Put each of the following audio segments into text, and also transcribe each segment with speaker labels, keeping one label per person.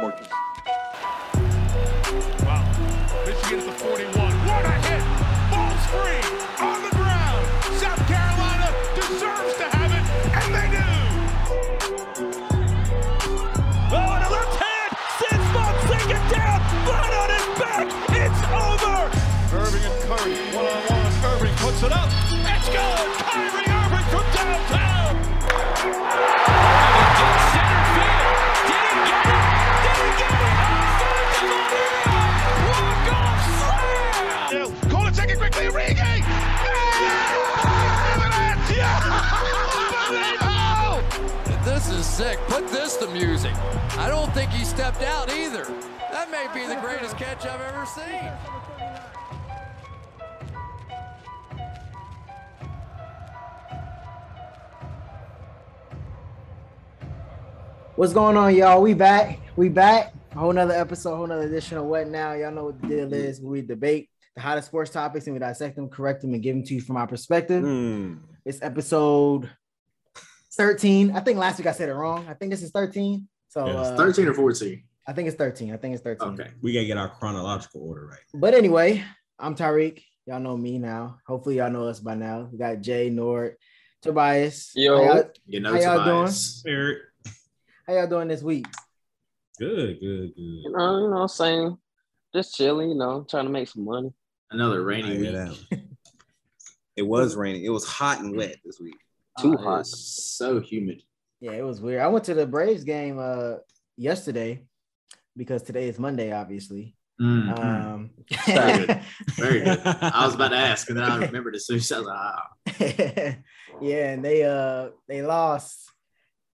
Speaker 1: Marcus.
Speaker 2: Wow. Michigan at the 41. What a hit! Ball's free on the ground. South Carolina deserves to have it, and they do. Oh, and a left hand. Six months, second down. Flat on his back. It's over. Irving and Curry, one on one. Irving puts it up. It's good. Kyrie Irving from downtown. Did center field. Did he get it? Did he get it? Walk-off slam! Call it, take it quickly, Origi! Yeah!
Speaker 3: This is sick. Put this to music. I don't think he stepped out either. That may be the greatest catch I've ever seen.
Speaker 4: What's going on, y'all? We back. We back. A whole nother episode, a whole nother edition of What Now. Y'all know what the deal is. We debate the hottest sports topics and we dissect them, correct them, and give them to you from our perspective.
Speaker 5: Hmm.
Speaker 4: It's episode 13. I think last week I said it wrong. I think this is 13. So
Speaker 5: Yeah,
Speaker 4: uh,
Speaker 5: it's 13 or 14.
Speaker 4: I think it's 13. I think it's 13.
Speaker 5: Okay. We got to get our chronological order right.
Speaker 4: But anyway, I'm Tyreek. Y'all know me now. Hopefully, y'all know us by now. We got Jay, Nord, Tobias.
Speaker 6: Yo.
Speaker 4: How y'all,
Speaker 5: You know,
Speaker 4: How y'all
Speaker 5: Tobias.
Speaker 1: Eric.
Speaker 4: how y'all doing this week?
Speaker 7: Good, good, good.
Speaker 6: You know, you know what I'm saying? Just chilling, you know, trying to make some money.
Speaker 5: Another
Speaker 7: I
Speaker 5: rainy
Speaker 7: hear
Speaker 5: week.
Speaker 7: that. It was raining. It was hot and wet this week.
Speaker 6: Too
Speaker 5: it
Speaker 6: hot.
Speaker 5: is So humid.
Speaker 4: Yeah, it was weird. I went to the Braves game uh yesterday because today is Monday, obviously.
Speaker 5: Mm, mm.
Speaker 4: Um,
Speaker 5: Saturday. Very good. I was about to ask, and then I remembered as soon as I was like, ah,
Speaker 4: yeah, and they uh they lost.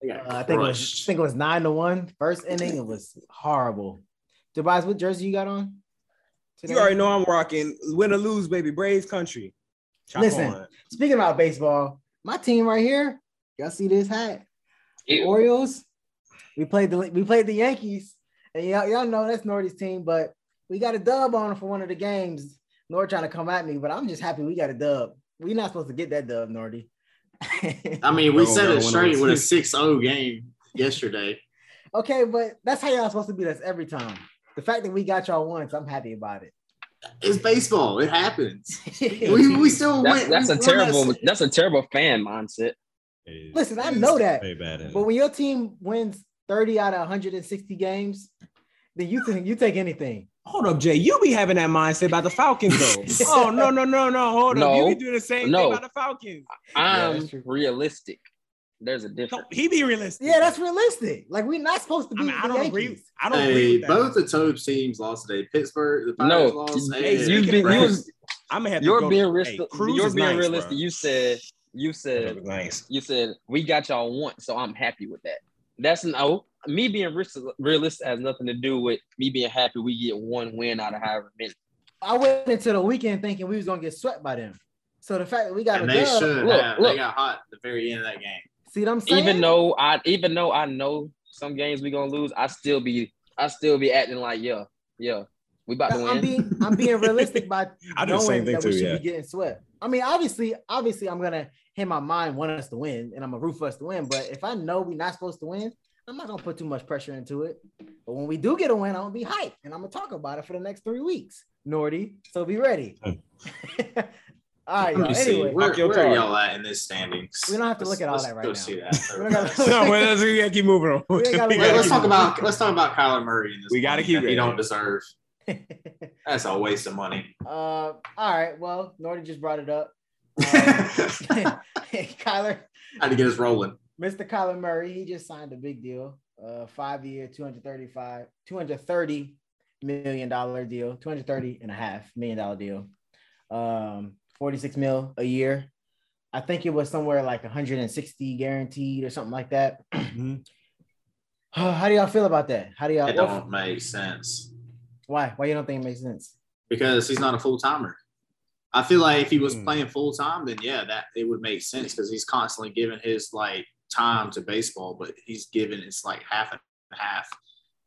Speaker 5: they
Speaker 4: Uh,
Speaker 5: got
Speaker 4: I think it was, I
Speaker 5: crushed.
Speaker 4: think it was nine to one. First inning, it was horrible. Tobias, what jersey you got on?
Speaker 7: You already know I'm rocking. Win or lose, baby. Braves country. Chop
Speaker 4: Listen.
Speaker 7: on.
Speaker 4: Speaking about baseball, my team right here. Y'all see this hat? The
Speaker 6: Ew.
Speaker 4: Orioles. We played the we played the Yankees, and y'all, y'all know that's Nordy's team, but we got a dub on for one of the games. Nord trying to come at me, but I'm just happy we got a dub. We're not supposed to get that dub, Nordy.
Speaker 5: I mean, we
Speaker 7: Bro,
Speaker 5: set
Speaker 7: bro,
Speaker 5: it
Speaker 7: one of
Speaker 5: straight
Speaker 7: those
Speaker 5: with a
Speaker 7: two.
Speaker 5: 6 0 game yesterday.
Speaker 4: okay, but that's how y'all supposed to be. That's every time. The fact that we got y'all once, I'm happy about it.
Speaker 5: It's baseball. It happens. We, we still
Speaker 6: That's,
Speaker 5: win.
Speaker 6: that's
Speaker 5: we
Speaker 6: a
Speaker 5: won
Speaker 6: terrible.
Speaker 5: that-
Speaker 6: That's a terrible fan mindset.
Speaker 7: It-
Speaker 4: Listen, I know that,
Speaker 7: Very bad. at
Speaker 4: but
Speaker 7: it.
Speaker 4: when your team wins 30 out of 160 games, then you can you take anything.
Speaker 7: Hold up, Jay. You be having that mindset about the Falcons, though. oh no, no, no, no. Hold up.
Speaker 6: No.
Speaker 7: You be doing the same
Speaker 6: No.
Speaker 7: thing about the Falcons.
Speaker 5: Um,
Speaker 6: I'm
Speaker 4: that's true.
Speaker 6: realistic. There's a
Speaker 7: Don't-
Speaker 6: difference.
Speaker 7: he be realistic.
Speaker 4: Yeah, that's realistic. Like we're not supposed to be.
Speaker 7: I mean, I
Speaker 4: the
Speaker 7: don't agree.
Speaker 4: Yankees.
Speaker 7: I don't agree
Speaker 5: Hey,
Speaker 7: with that.
Speaker 5: both the top teams lost today. Pittsburgh, the Pirates
Speaker 6: No,
Speaker 5: lost.
Speaker 6: hey,
Speaker 5: and-
Speaker 6: you've been, you was,
Speaker 7: I'm gonna have to
Speaker 6: you're
Speaker 7: go
Speaker 6: being
Speaker 7: to,
Speaker 6: realistic.
Speaker 7: Cruz
Speaker 6: you're
Speaker 7: is
Speaker 6: being
Speaker 7: nice, bro.
Speaker 6: realistic. You said, you
Speaker 7: Cruz
Speaker 6: said,
Speaker 7: is nice.
Speaker 6: you said we got y'all once, so I'm happy with that. That's no. Me being ris- realistic has nothing to do with me being happy. We get one win out of however many.
Speaker 4: I went into the weekend thinking we was gonna get swept by them. So the fact that we got
Speaker 5: and
Speaker 4: a
Speaker 5: they
Speaker 4: dub,
Speaker 5: should
Speaker 6: Look,
Speaker 5: have.
Speaker 6: look.
Speaker 5: They got hot at the very end of that game.
Speaker 4: see what I'm saying?
Speaker 6: even though I even though I know some games we gonna lose, I still be I still be acting like yeah, yeah, we about to win.
Speaker 4: I'm being I'm being realistic by
Speaker 7: I do the
Speaker 4: knowing
Speaker 7: same thing
Speaker 4: that we
Speaker 7: too.
Speaker 4: should
Speaker 7: Yeah.
Speaker 4: be getting swept. I mean, obviously, obviously, I'm gonna in my mind want us to win, and I'm gonna root for us to win. But if I know we're not supposed to win, I'm not gonna put too much pressure into it. But when we do get a win, I'm gonna be hyped, and I'm gonna talk about it for the next three weeks, Nordy. So be ready.
Speaker 7: Hmm.
Speaker 4: All
Speaker 5: Let
Speaker 4: right,
Speaker 5: me
Speaker 4: y'all.
Speaker 5: see.
Speaker 4: Anyway,
Speaker 5: Where,
Speaker 7: Fuck your
Speaker 5: where are
Speaker 7: car.
Speaker 5: y'all at in this standings?
Speaker 4: We don't have to
Speaker 5: Let's-
Speaker 4: look at all
Speaker 5: let's
Speaker 4: that right
Speaker 5: go
Speaker 4: now.
Speaker 5: See
Speaker 4: We don't gotta-
Speaker 5: that.
Speaker 7: no, well, let's we gotta keep moving on.
Speaker 4: We ain't gotta
Speaker 7: We
Speaker 4: look
Speaker 5: Wait,
Speaker 7: gotta
Speaker 5: let's
Speaker 7: keep
Speaker 5: talk
Speaker 7: moving on.
Speaker 5: about let's talk about Kyler Murray. In this
Speaker 7: We gotta
Speaker 5: money
Speaker 7: keep
Speaker 5: that
Speaker 7: it.
Speaker 5: He don't deserve. That's a waste of money.
Speaker 4: uh, all right. Well, Nordy just brought it up. Um,
Speaker 5: I
Speaker 4: Kyler,
Speaker 5: had to get us rolling.
Speaker 4: Mr. Kyler Murray, he just signed a big deal, uh, five year, 235, 230 million dollar deal, 230 and a half million dollar deal, um, 46 mil a year. I think it was somewhere like 160 guaranteed or something like that.
Speaker 7: Mhm.
Speaker 4: How do y'all feel about that? How do y'all?
Speaker 5: It don't make sense
Speaker 4: why? Why you don't think it makes sense?
Speaker 5: because he's not a full timer. I feel like if he was
Speaker 8: Hmm.
Speaker 7: Mm.
Speaker 5: playing full time, then yeah, that it would make sense because he's constantly giving his like time to baseball, but he's giving it's like half and half.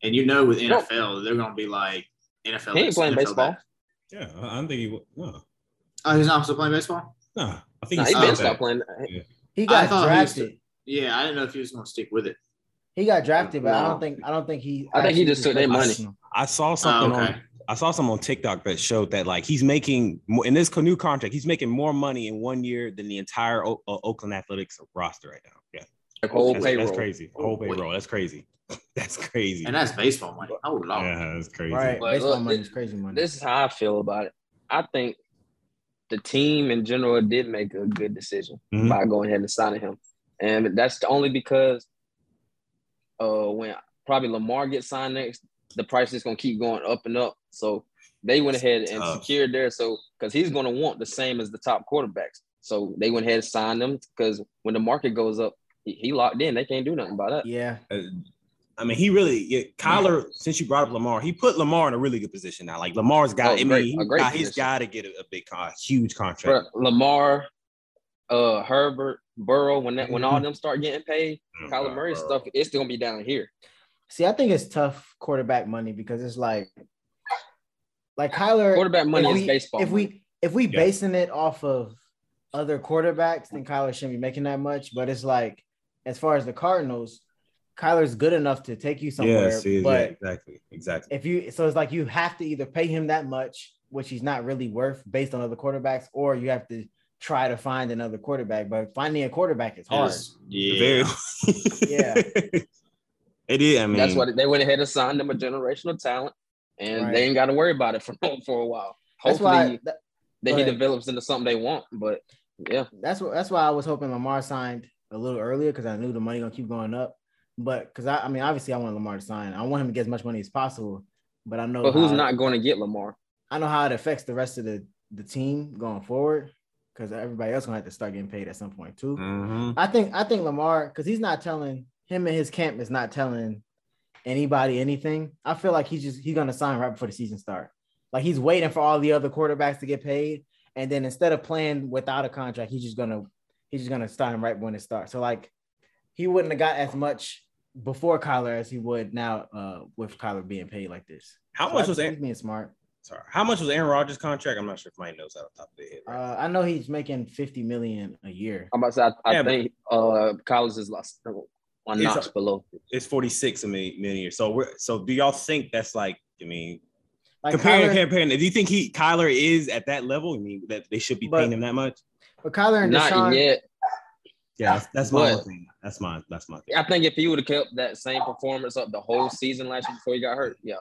Speaker 5: And you know, with NFL, they're gonna be like NFL.
Speaker 6: He ain't
Speaker 5: this,
Speaker 6: playing
Speaker 5: NFL that.
Speaker 6: baseball.
Speaker 7: Yeah, I I don't think he. would- No,
Speaker 5: Oh, he's not still playing baseball.
Speaker 8: Nah, I think
Speaker 6: Nah,
Speaker 8: he
Speaker 6: he been
Speaker 8: stopped
Speaker 6: stop
Speaker 8: that.
Speaker 6: playing. uh,
Speaker 4: He
Speaker 5: I
Speaker 4: got
Speaker 5: thought he was-
Speaker 4: drafted.
Speaker 5: Yeah, I didn't know if he was going to stick with it.
Speaker 4: He got drafted, but I
Speaker 6: No.
Speaker 4: don't think I don't think he.
Speaker 6: I think he
Speaker 4: actually
Speaker 6: just took their money.
Speaker 4: Arsenal.
Speaker 8: I saw
Speaker 5: Oh,
Speaker 8: something
Speaker 5: okay.
Speaker 8: on I saw something on TikTok that showed that like he's making more in this new contract, he's making more money in one year than the entire o- uh, Oakland Athletics roster right now. Yeah,
Speaker 6: Like, whole
Speaker 8: that's, that's
Speaker 6: payroll.
Speaker 8: crazy. Whole
Speaker 5: Wait.
Speaker 8: payroll. That's crazy. That's crazy.
Speaker 5: And that's baseball money. Oh, Lord.
Speaker 8: Yeah, that's crazy.
Speaker 4: Right,
Speaker 6: But
Speaker 4: baseball
Speaker 6: look,
Speaker 4: money
Speaker 6: this-
Speaker 4: is crazy money.
Speaker 6: This is how I feel about it. I think the team in general did make a good decision
Speaker 8: Mhm.
Speaker 6: by going ahead and signing him, and that's only because uh, when probably Lamar gets signed next, the price is going to keep going up and up. So they went ahead and
Speaker 8: Tough.
Speaker 6: secured there. So because he's going to want the same as the top quarterbacks, so they went ahead and signed him because when the market goes up, he, he locked in. They can't do nothing about that.
Speaker 4: yeah,
Speaker 8: Uh, I mean, he really yeah, Kyler. Since you brought up Lamar, he put Lamar in a really good position now. Like Lamar's got,
Speaker 6: Oh,
Speaker 8: I
Speaker 6: great-
Speaker 8: mean,
Speaker 6: a
Speaker 8: he
Speaker 6: great
Speaker 8: got, he's
Speaker 6: position.
Speaker 8: got to get a, a big, con- a huge
Speaker 6: Bruh,
Speaker 8: contract.
Speaker 6: Lamar, uh, Herbert, Burrow. When that when all them start getting paid.
Speaker 8: Oh,
Speaker 6: Kyler Murray stuff, it's still gonna be down here.
Speaker 4: see, I think it's tough quarterback money because it's like, like Kyler
Speaker 6: Quarterback money
Speaker 4: if
Speaker 6: is
Speaker 4: we-
Speaker 6: baseball.
Speaker 4: If
Speaker 6: money.
Speaker 4: we if we
Speaker 8: Yeah.
Speaker 4: basing it off of other quarterbacks, then Kyler shouldn't be making that much. But it's like as far as the Cardinals, Kyler's good enough to take you somewhere.
Speaker 8: Yes, he is. yeah,
Speaker 4: but
Speaker 8: exactly, exactly.
Speaker 4: if you so it's like you have to either pay him that much, which he's not really worth based on other quarterbacks, or you have to try to find another quarterback. But finding a quarterback is hard.
Speaker 5: It's- Yeah.
Speaker 8: Very.
Speaker 4: Yeah.
Speaker 8: It is. I mean,
Speaker 6: that's why they went ahead and signed them a generational talent, and
Speaker 4: Right.
Speaker 6: they ain't got to worry about it for for a while.
Speaker 4: That's
Speaker 6: Hopefully,
Speaker 4: why that-
Speaker 6: that
Speaker 4: go
Speaker 6: he
Speaker 4: ahead.
Speaker 6: develops into something they want. But yeah,
Speaker 4: that's what that's why I was hoping Lamar signed a little earlier because I knew the money gonna keep going up. But because I, I mean, obviously, I want Lamar to sign. I want him to get as much money as possible. But I know,
Speaker 6: but who's
Speaker 4: how-
Speaker 6: not going to get Lamar?
Speaker 4: I know how it affects the rest of the the team going forward because everybody else gonna have to start getting paid at some point too.
Speaker 6: Mm-hmm.
Speaker 8: Mhm.
Speaker 4: I think I think Lamar because he's not telling him and his camp is not telling anybody anything. I feel like he's just he's gonna sign right before the season starts. Like he's waiting for all the other quarterbacks to get paid, and then instead of playing without a contract, he's just gonna he's just gonna sign right when it starts. So like he wouldn't have got as much before Kyler as he would now uh, with Kyler being paid like this.
Speaker 8: How
Speaker 4: So
Speaker 8: much
Speaker 4: I
Speaker 8: was
Speaker 4: think
Speaker 8: Aaron,
Speaker 4: he's being smart?
Speaker 8: sorry, How much was Aaron Rodgers' contract? I'm not sure if mine knows out off the top of their head. right?
Speaker 4: Uh, I know he's making fifty million a year.
Speaker 6: I'm about to say, I, I
Speaker 8: Yeah, but-
Speaker 6: think uh, Collins is lost one
Speaker 8: It's-
Speaker 6: notch below.
Speaker 8: it's 46 a million, million years. So we're so do y'all think that's like? I mean,
Speaker 4: Like
Speaker 8: comparing,
Speaker 4: Kyler,
Speaker 8: comparing. Do you think he Kyler is at that level? I mean, that they should be
Speaker 4: But-
Speaker 8: paying him that much?
Speaker 4: but Kyler and
Speaker 6: Not
Speaker 4: Deshaun,
Speaker 6: yet.
Speaker 8: Yeah, that's, that's my
Speaker 6: But-
Speaker 8: whole thing. That's my that's my thing.
Speaker 6: I think if he would have kept that same performance up the whole season last year before he got hurt, yeah,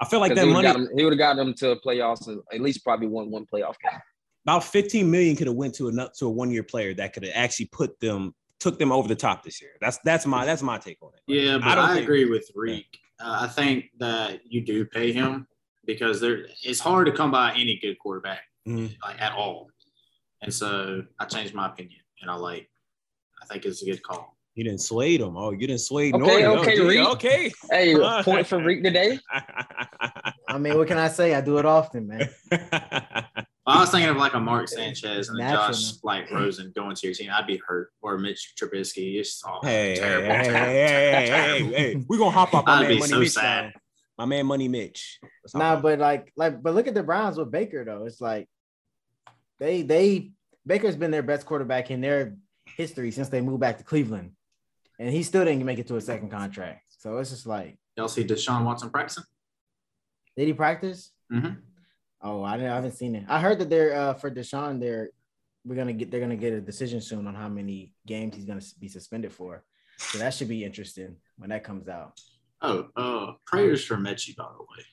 Speaker 8: I feel like
Speaker 6: 'Cause
Speaker 8: that
Speaker 6: he would
Speaker 8: money,
Speaker 6: have got him, he would've got him to playoffs and at least probably won one playoff game.
Speaker 8: about 15 million could have went to enough to a one year player that could have actually put them took them over the top this year. That's that's my that's my take on it.
Speaker 5: Yeah,
Speaker 8: Like,
Speaker 5: but I,
Speaker 8: think-
Speaker 5: agree with Reek. Uh, I think that you do pay him because there it's hard to come by any good quarterback
Speaker 8: Mhm.
Speaker 5: like at all. And so I changed my opinion, and I like. I think it's a good call.
Speaker 8: You didn't sway them. Oh, you didn't sway.
Speaker 6: Okay,
Speaker 8: Norton. Oh,
Speaker 6: okay,
Speaker 8: dude,
Speaker 6: Reed.
Speaker 8: okay.
Speaker 6: Hey, point for Reek today.
Speaker 4: I mean, what can I say? I do it often, man.
Speaker 5: Well, I was thinking of like a Mark Sanchez and a
Speaker 4: Natural.
Speaker 5: Josh like Rosen going to your team. I'd be hurt or Mitch Trubisky. It's all
Speaker 8: hey, hey, hey,
Speaker 5: terrible.
Speaker 8: hey,
Speaker 5: terrible,
Speaker 8: hey, hey,
Speaker 5: terrible.
Speaker 8: hey, We're gonna hop off my
Speaker 5: I'd
Speaker 8: man
Speaker 5: be
Speaker 8: Money
Speaker 5: so
Speaker 8: Mitch.
Speaker 5: sad.
Speaker 8: now. My man Money Mitch. Let's hop
Speaker 4: Nah,
Speaker 8: off.
Speaker 4: but like, like, but look at the Browns with Baker though. It's like they they Baker's been their best quarterback in their history since they moved back to Cleveland, and he still didn't make it to a second contract. So it's just like,
Speaker 5: Y'all see Deshaun Watson practicing?
Speaker 4: did he practice?
Speaker 5: Mhm.
Speaker 4: Oh, I, didn't, I haven't seen it. I heard that they're uh, for Deshaun. They're we're gonna get they're gonna get a decision soon on how many games he's gonna be suspended for. So that should be interesting when that comes out.
Speaker 5: Oh, uh, prayers for Mechie, by the way.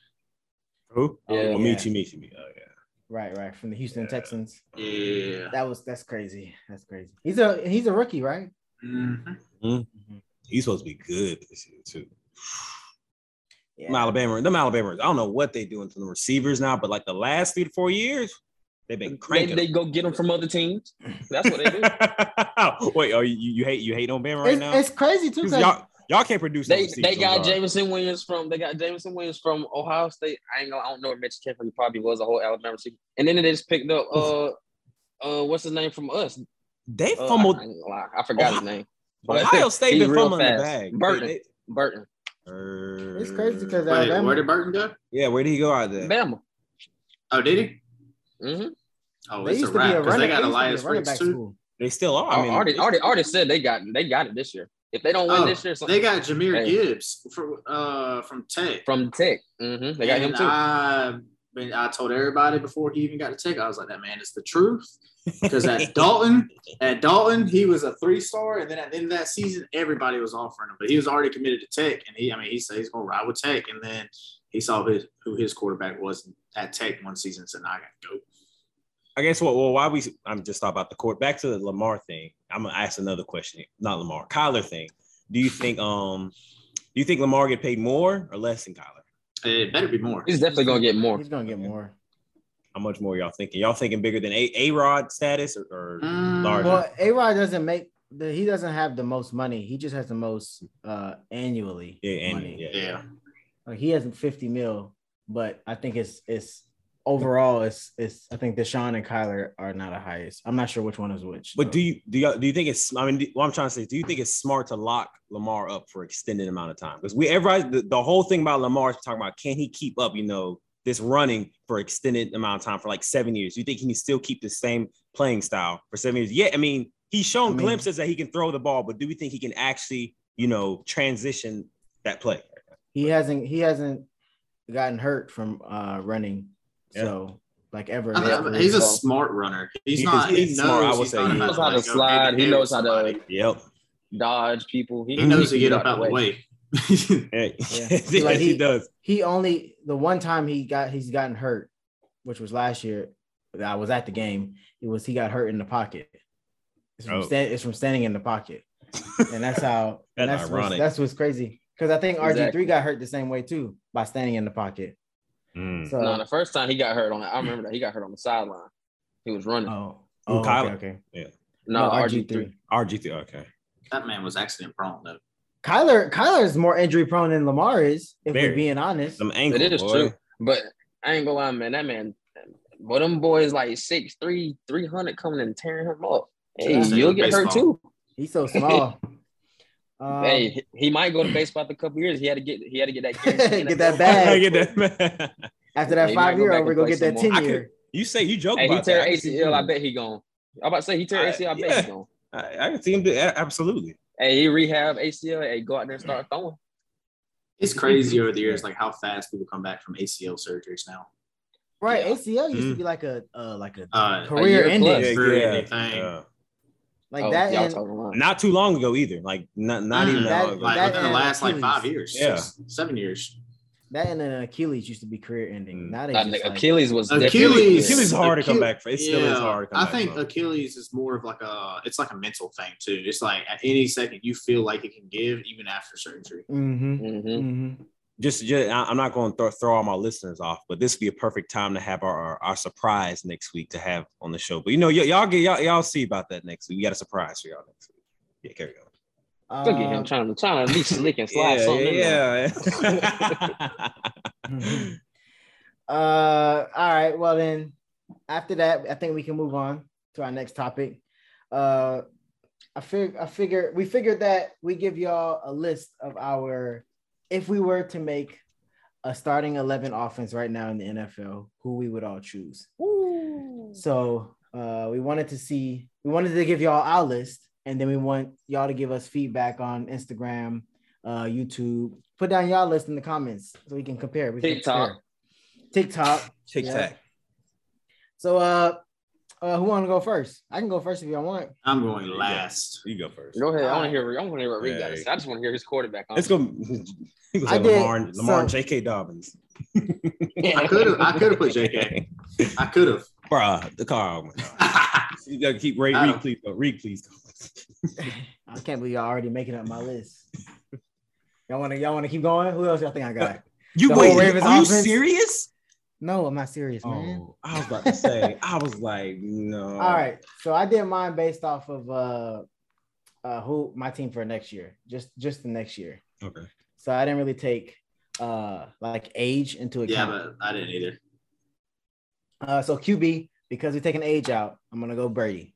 Speaker 8: who?
Speaker 4: Yeah,
Speaker 8: oh,
Speaker 4: yeah.
Speaker 8: Michi, Michi, Michi. Oh yeah.
Speaker 4: Right, right from the Houston
Speaker 8: Yeah.
Speaker 4: Texans.
Speaker 5: Yeah.
Speaker 4: That was that's crazy. That's crazy. He's a he's a rookie, right?
Speaker 5: Mhm.
Speaker 8: He's supposed to be good this year too.
Speaker 4: Yeah.
Speaker 8: Them Alabama, them Alabama. I don't know what they doing to the receivers now, but like the last three to four years, they've been
Speaker 6: They,
Speaker 8: cranking.
Speaker 6: they go get them from other teams. That's what they do.
Speaker 8: Wait, oh, you, you hate you hate on Bama right
Speaker 4: it's,
Speaker 8: now?
Speaker 4: it's crazy too.
Speaker 8: 'Cause
Speaker 4: 'cause-
Speaker 8: y'all y'all can't produce. no
Speaker 6: they
Speaker 8: receivers,
Speaker 6: they got
Speaker 8: I'm sorry.
Speaker 6: Jameson Williams from they got Jameson Williams from Ohio State. I ain't gonna, I don't know if Mitch Kempler he probably was a whole Alabama receiver. And then they just picked up uh uh what's his name from us?
Speaker 8: They
Speaker 6: Uh,
Speaker 8: fumbled.
Speaker 6: I, ain't gonna lie. I forgot his
Speaker 8: Ohio-
Speaker 6: name. But
Speaker 8: Ohio State
Speaker 6: he
Speaker 8: been
Speaker 6: real
Speaker 8: fumbling the
Speaker 6: fast.
Speaker 8: bag.
Speaker 6: Burton.
Speaker 8: They-
Speaker 6: Burton.
Speaker 8: they-
Speaker 4: It's crazy 'cause
Speaker 8: Uh,
Speaker 5: Wait,
Speaker 4: Alabama-
Speaker 5: where did Burton go?
Speaker 8: yeah, where did he go out there?
Speaker 6: Bama.
Speaker 5: Oh, did he?
Speaker 6: hmm
Speaker 5: Oh,
Speaker 4: They
Speaker 5: it's a
Speaker 4: used to be
Speaker 5: wrap
Speaker 4: a
Speaker 5: because they got
Speaker 4: running. they used to be a
Speaker 5: Elias
Speaker 4: running
Speaker 5: Riggs
Speaker 4: back
Speaker 5: too.
Speaker 4: school.
Speaker 8: They still are. I mean,
Speaker 6: already, already, already said they got they got it this year. If they don't win
Speaker 5: Oh,
Speaker 6: this year, some-
Speaker 5: They got Jameer
Speaker 6: Hey.
Speaker 5: Gibbs from uh from Tech.
Speaker 6: from Tech. hmm They got him
Speaker 5: And
Speaker 6: too.
Speaker 5: I, been- I told everybody before he even got to Tech, I was like, that man is the truth. Because at Dalton, at Dalton, he was a three star, and then at the end of that season, everybody was offering him, but he was already committed to Tech, and he, I mean, he said he's gonna ride with Tech, and then he saw his, who his quarterback was at Tech one season, and said, nah, I gotta go.
Speaker 8: I guess what? Well, why we? I'm just talking about the court. Back to the Lamar thing. I'm gonna ask another question. Not Lamar, Kyler thing. Do you think um, do you think Lamar get paid more or less than Kyler?
Speaker 5: It better be more.
Speaker 6: He's definitely gonna get more.
Speaker 4: He's gonna get more.
Speaker 8: How much more y'all thinking? Y'all thinking bigger than a A Rod status or, or
Speaker 5: Mm,
Speaker 8: larger?
Speaker 4: Well, A Rod doesn't make the, he doesn't have the most money. He just has the most uh annually.
Speaker 8: yeah, and,
Speaker 4: money.
Speaker 8: yeah,
Speaker 5: yeah,
Speaker 4: Like, he has 50 mil, but I think it's it's overall it's it's I think Deshaun and Kyler are not the highest. I'm not sure which one is which.
Speaker 8: But do you do you do you think it's? I mean, do- what I'm trying to say is, do you think it's smart to lock Lamar up for extended amount of time? Because we everybody the, the whole thing about Lamar is talking about can he keep up? You know, this running for extended amount of time for like seven years. Do you think he can still keep the same playing style for seven years? Yeah, I mean, he's shown
Speaker 4: I mean-
Speaker 8: glimpses that he can throw the ball, but do we think he can actually you know transition that play?
Speaker 4: he hasn't he hasn't gotten hurt from uh running.
Speaker 8: Yeah.
Speaker 4: So like ever.
Speaker 5: I mean, I mean, he's a smart runner. He's
Speaker 8: He
Speaker 5: not.
Speaker 8: is-
Speaker 5: He
Speaker 8: he's
Speaker 5: knows.
Speaker 8: smart, I would
Speaker 5: he's
Speaker 8: say.
Speaker 5: not
Speaker 8: He
Speaker 5: about
Speaker 6: knows how
Speaker 5: let
Speaker 6: to
Speaker 5: go
Speaker 6: slide.
Speaker 5: head-to-head
Speaker 6: He knows
Speaker 5: with
Speaker 6: how to-
Speaker 5: somebody.
Speaker 8: Yep.
Speaker 6: Dodge people.
Speaker 5: He knows to
Speaker 6: can
Speaker 5: get
Speaker 6: get
Speaker 5: up out the way.
Speaker 8: Hey.
Speaker 4: Yeah.
Speaker 8: yes,
Speaker 4: Like
Speaker 8: he,
Speaker 4: he-
Speaker 8: does.
Speaker 4: he only the one time he got he's gotten hurt, which was last year. that I was at the game. It was he got hurt in the pocket. It's from,
Speaker 8: Oh.
Speaker 4: sta- it's from standing in the pocket, and that's how. and
Speaker 8: That's
Speaker 4: that's what's-
Speaker 8: ironic.
Speaker 4: that's what's crazy because I think RG
Speaker 6: Exactly.
Speaker 4: three got hurt the same way too by standing in the pocket.
Speaker 8: Mm.
Speaker 4: So
Speaker 6: No, the first time he got hurt on, I remember that he got hurt on the sideline. He was
Speaker 8: Uh,
Speaker 6: running.
Speaker 4: oh,
Speaker 8: Who,
Speaker 4: oh okay,
Speaker 8: Kyler?
Speaker 4: okay.
Speaker 6: no, RG three.
Speaker 8: RG three. Okay.
Speaker 5: That man was accident prone though.
Speaker 4: Kyler Kyler is more injury prone than Lamar is. If
Speaker 8: Very.
Speaker 4: we're being honest,
Speaker 8: Some ankle.
Speaker 6: It is
Speaker 8: boy.
Speaker 6: true. But I ain't gonna lie, man. That man, but them boys like six three, three hundred coming and tearing him up. Hey,
Speaker 5: That's
Speaker 6: you'll get hurt
Speaker 5: baseball.
Speaker 6: too.
Speaker 4: he's so small. Um,
Speaker 6: hey, he- he might go to baseball after a couple years. He had to get he had to get that guaranteed
Speaker 4: Get that
Speaker 6: NFL
Speaker 4: bag.
Speaker 6: contract.
Speaker 8: I get that.
Speaker 4: after that
Speaker 6: Hey, he might
Speaker 4: five
Speaker 6: go
Speaker 4: year
Speaker 6: back
Speaker 4: old, we're
Speaker 6: and
Speaker 4: gonna
Speaker 6: play
Speaker 4: get that
Speaker 6: some
Speaker 4: ten
Speaker 6: more.
Speaker 8: I
Speaker 4: year.
Speaker 8: You say you joke
Speaker 6: Hey, he
Speaker 8: about that.
Speaker 6: tear
Speaker 8: I can see
Speaker 6: ACL. I
Speaker 8: you-
Speaker 6: bet he gone. I'm about to say he tear
Speaker 8: I-
Speaker 6: ACL. I bet
Speaker 8: yeah.
Speaker 6: he gone.
Speaker 8: I, I can see him do a- absolutely.
Speaker 6: Hey, he rehab ACL. Hey, go out there and start throwing.
Speaker 5: It's crazy over the years, like how fast people come back from ACL surgeries now.
Speaker 4: Right,
Speaker 6: Yeah.
Speaker 4: ACL used to
Speaker 8: Mhm.
Speaker 4: be like a uh, like a
Speaker 5: Uh,
Speaker 4: career
Speaker 6: year
Speaker 4: ending
Speaker 6: plus. Yeah,
Speaker 5: through anything.
Speaker 8: yeah.
Speaker 4: like
Speaker 6: oh,
Speaker 4: that.
Speaker 6: y'all
Speaker 4: And,
Speaker 6: talking about.
Speaker 8: Uh, Not too long ago either. Like not not
Speaker 5: Mm,
Speaker 8: even that,
Speaker 4: that-
Speaker 8: long ago.
Speaker 5: like
Speaker 4: that
Speaker 5: within the
Speaker 4: and
Speaker 5: last like
Speaker 4: Achilles.
Speaker 5: five years,
Speaker 8: Yeah.
Speaker 5: six, seven years.
Speaker 4: That and an Achilles used to be career ending.
Speaker 8: Mm.
Speaker 4: Now they
Speaker 6: Nah,
Speaker 4: just
Speaker 6: nigga,
Speaker 4: like,
Speaker 6: Achilles was
Speaker 5: Achilles,
Speaker 6: definitely-
Speaker 8: Achilles is hard to come back from. It still is hard to come
Speaker 5: I
Speaker 8: back
Speaker 5: think
Speaker 8: from.
Speaker 5: Achilles is more of like a, it's like a mental thing too. It's like at any second you feel like it can give, even after surgery.
Speaker 4: mm-hmm,
Speaker 6: Mhm.
Speaker 4: mm-hmm.
Speaker 8: Just, just I- I'm not going to throw, throw all my listeners off, but this would be a perfect time to have our, our, our surprise next week to have on the show. But you know, y- y'all get y'all, y'all see about that next week. We got a surprise for y'all next week. Yeah, carry on.
Speaker 6: Look at
Speaker 4: Mm-hmm.
Speaker 6: him trying to trying to at least slick and slide
Speaker 8: Yeah,
Speaker 6: something. in there.
Speaker 8: yeah, yeah.
Speaker 4: Uh, all right. Well, then after that, I think we can move on to our next topic. Uh, I fig I figure we figured that we give y'all a list of our if we were to make a starting eleven offense right now in the NFL, who we would all choose. So uh, we wanted to see we wanted to give y'all our list, and then we want y'all to give us feedback on Instagram, uh, YouTube. Put down y'all list in the comments so we can compare. We can
Speaker 6: TikTok.
Speaker 4: compare. TikTok.
Speaker 8: Tic Tac.
Speaker 4: So uh, uh who want to go first? I can go first if y'all want.
Speaker 5: I'm going last.
Speaker 8: You go first.
Speaker 6: Go ahead. I want to hear. I want to hear what Reed got to
Speaker 8: Hey.
Speaker 6: say. I just want to hear his quarterback. on
Speaker 8: It's
Speaker 6: it.
Speaker 8: gonna. He was
Speaker 4: I
Speaker 8: like
Speaker 4: did-
Speaker 8: Lamar, and- Lamar and
Speaker 4: so-
Speaker 8: J.K. Dobbins.
Speaker 5: I could have, I could have put JK. I could have.
Speaker 8: Bruh, the car. You gotta keep Ray.
Speaker 5: I
Speaker 8: Reed,
Speaker 5: don't-
Speaker 8: please go. Reed, please go.
Speaker 4: I can't believe y'all already making up my list. Y'all want to y'all want to keep going? Who else y'all think I got?
Speaker 8: You
Speaker 4: The whole
Speaker 8: wait.
Speaker 4: Ravens
Speaker 8: Are you
Speaker 4: offense?
Speaker 8: serious?
Speaker 4: No, I'm not serious, man.
Speaker 8: Oh, I was about to say. I was like, no.
Speaker 4: All right, so I did mine based off of uh, uh, who my team for next year, just just the next year.
Speaker 8: Okay.
Speaker 4: So I didn't really take uh like age into
Speaker 5: yeah,
Speaker 4: account.
Speaker 5: but I didn't either.
Speaker 4: Uh, so QB because we're taking age out, I'm gonna go Brady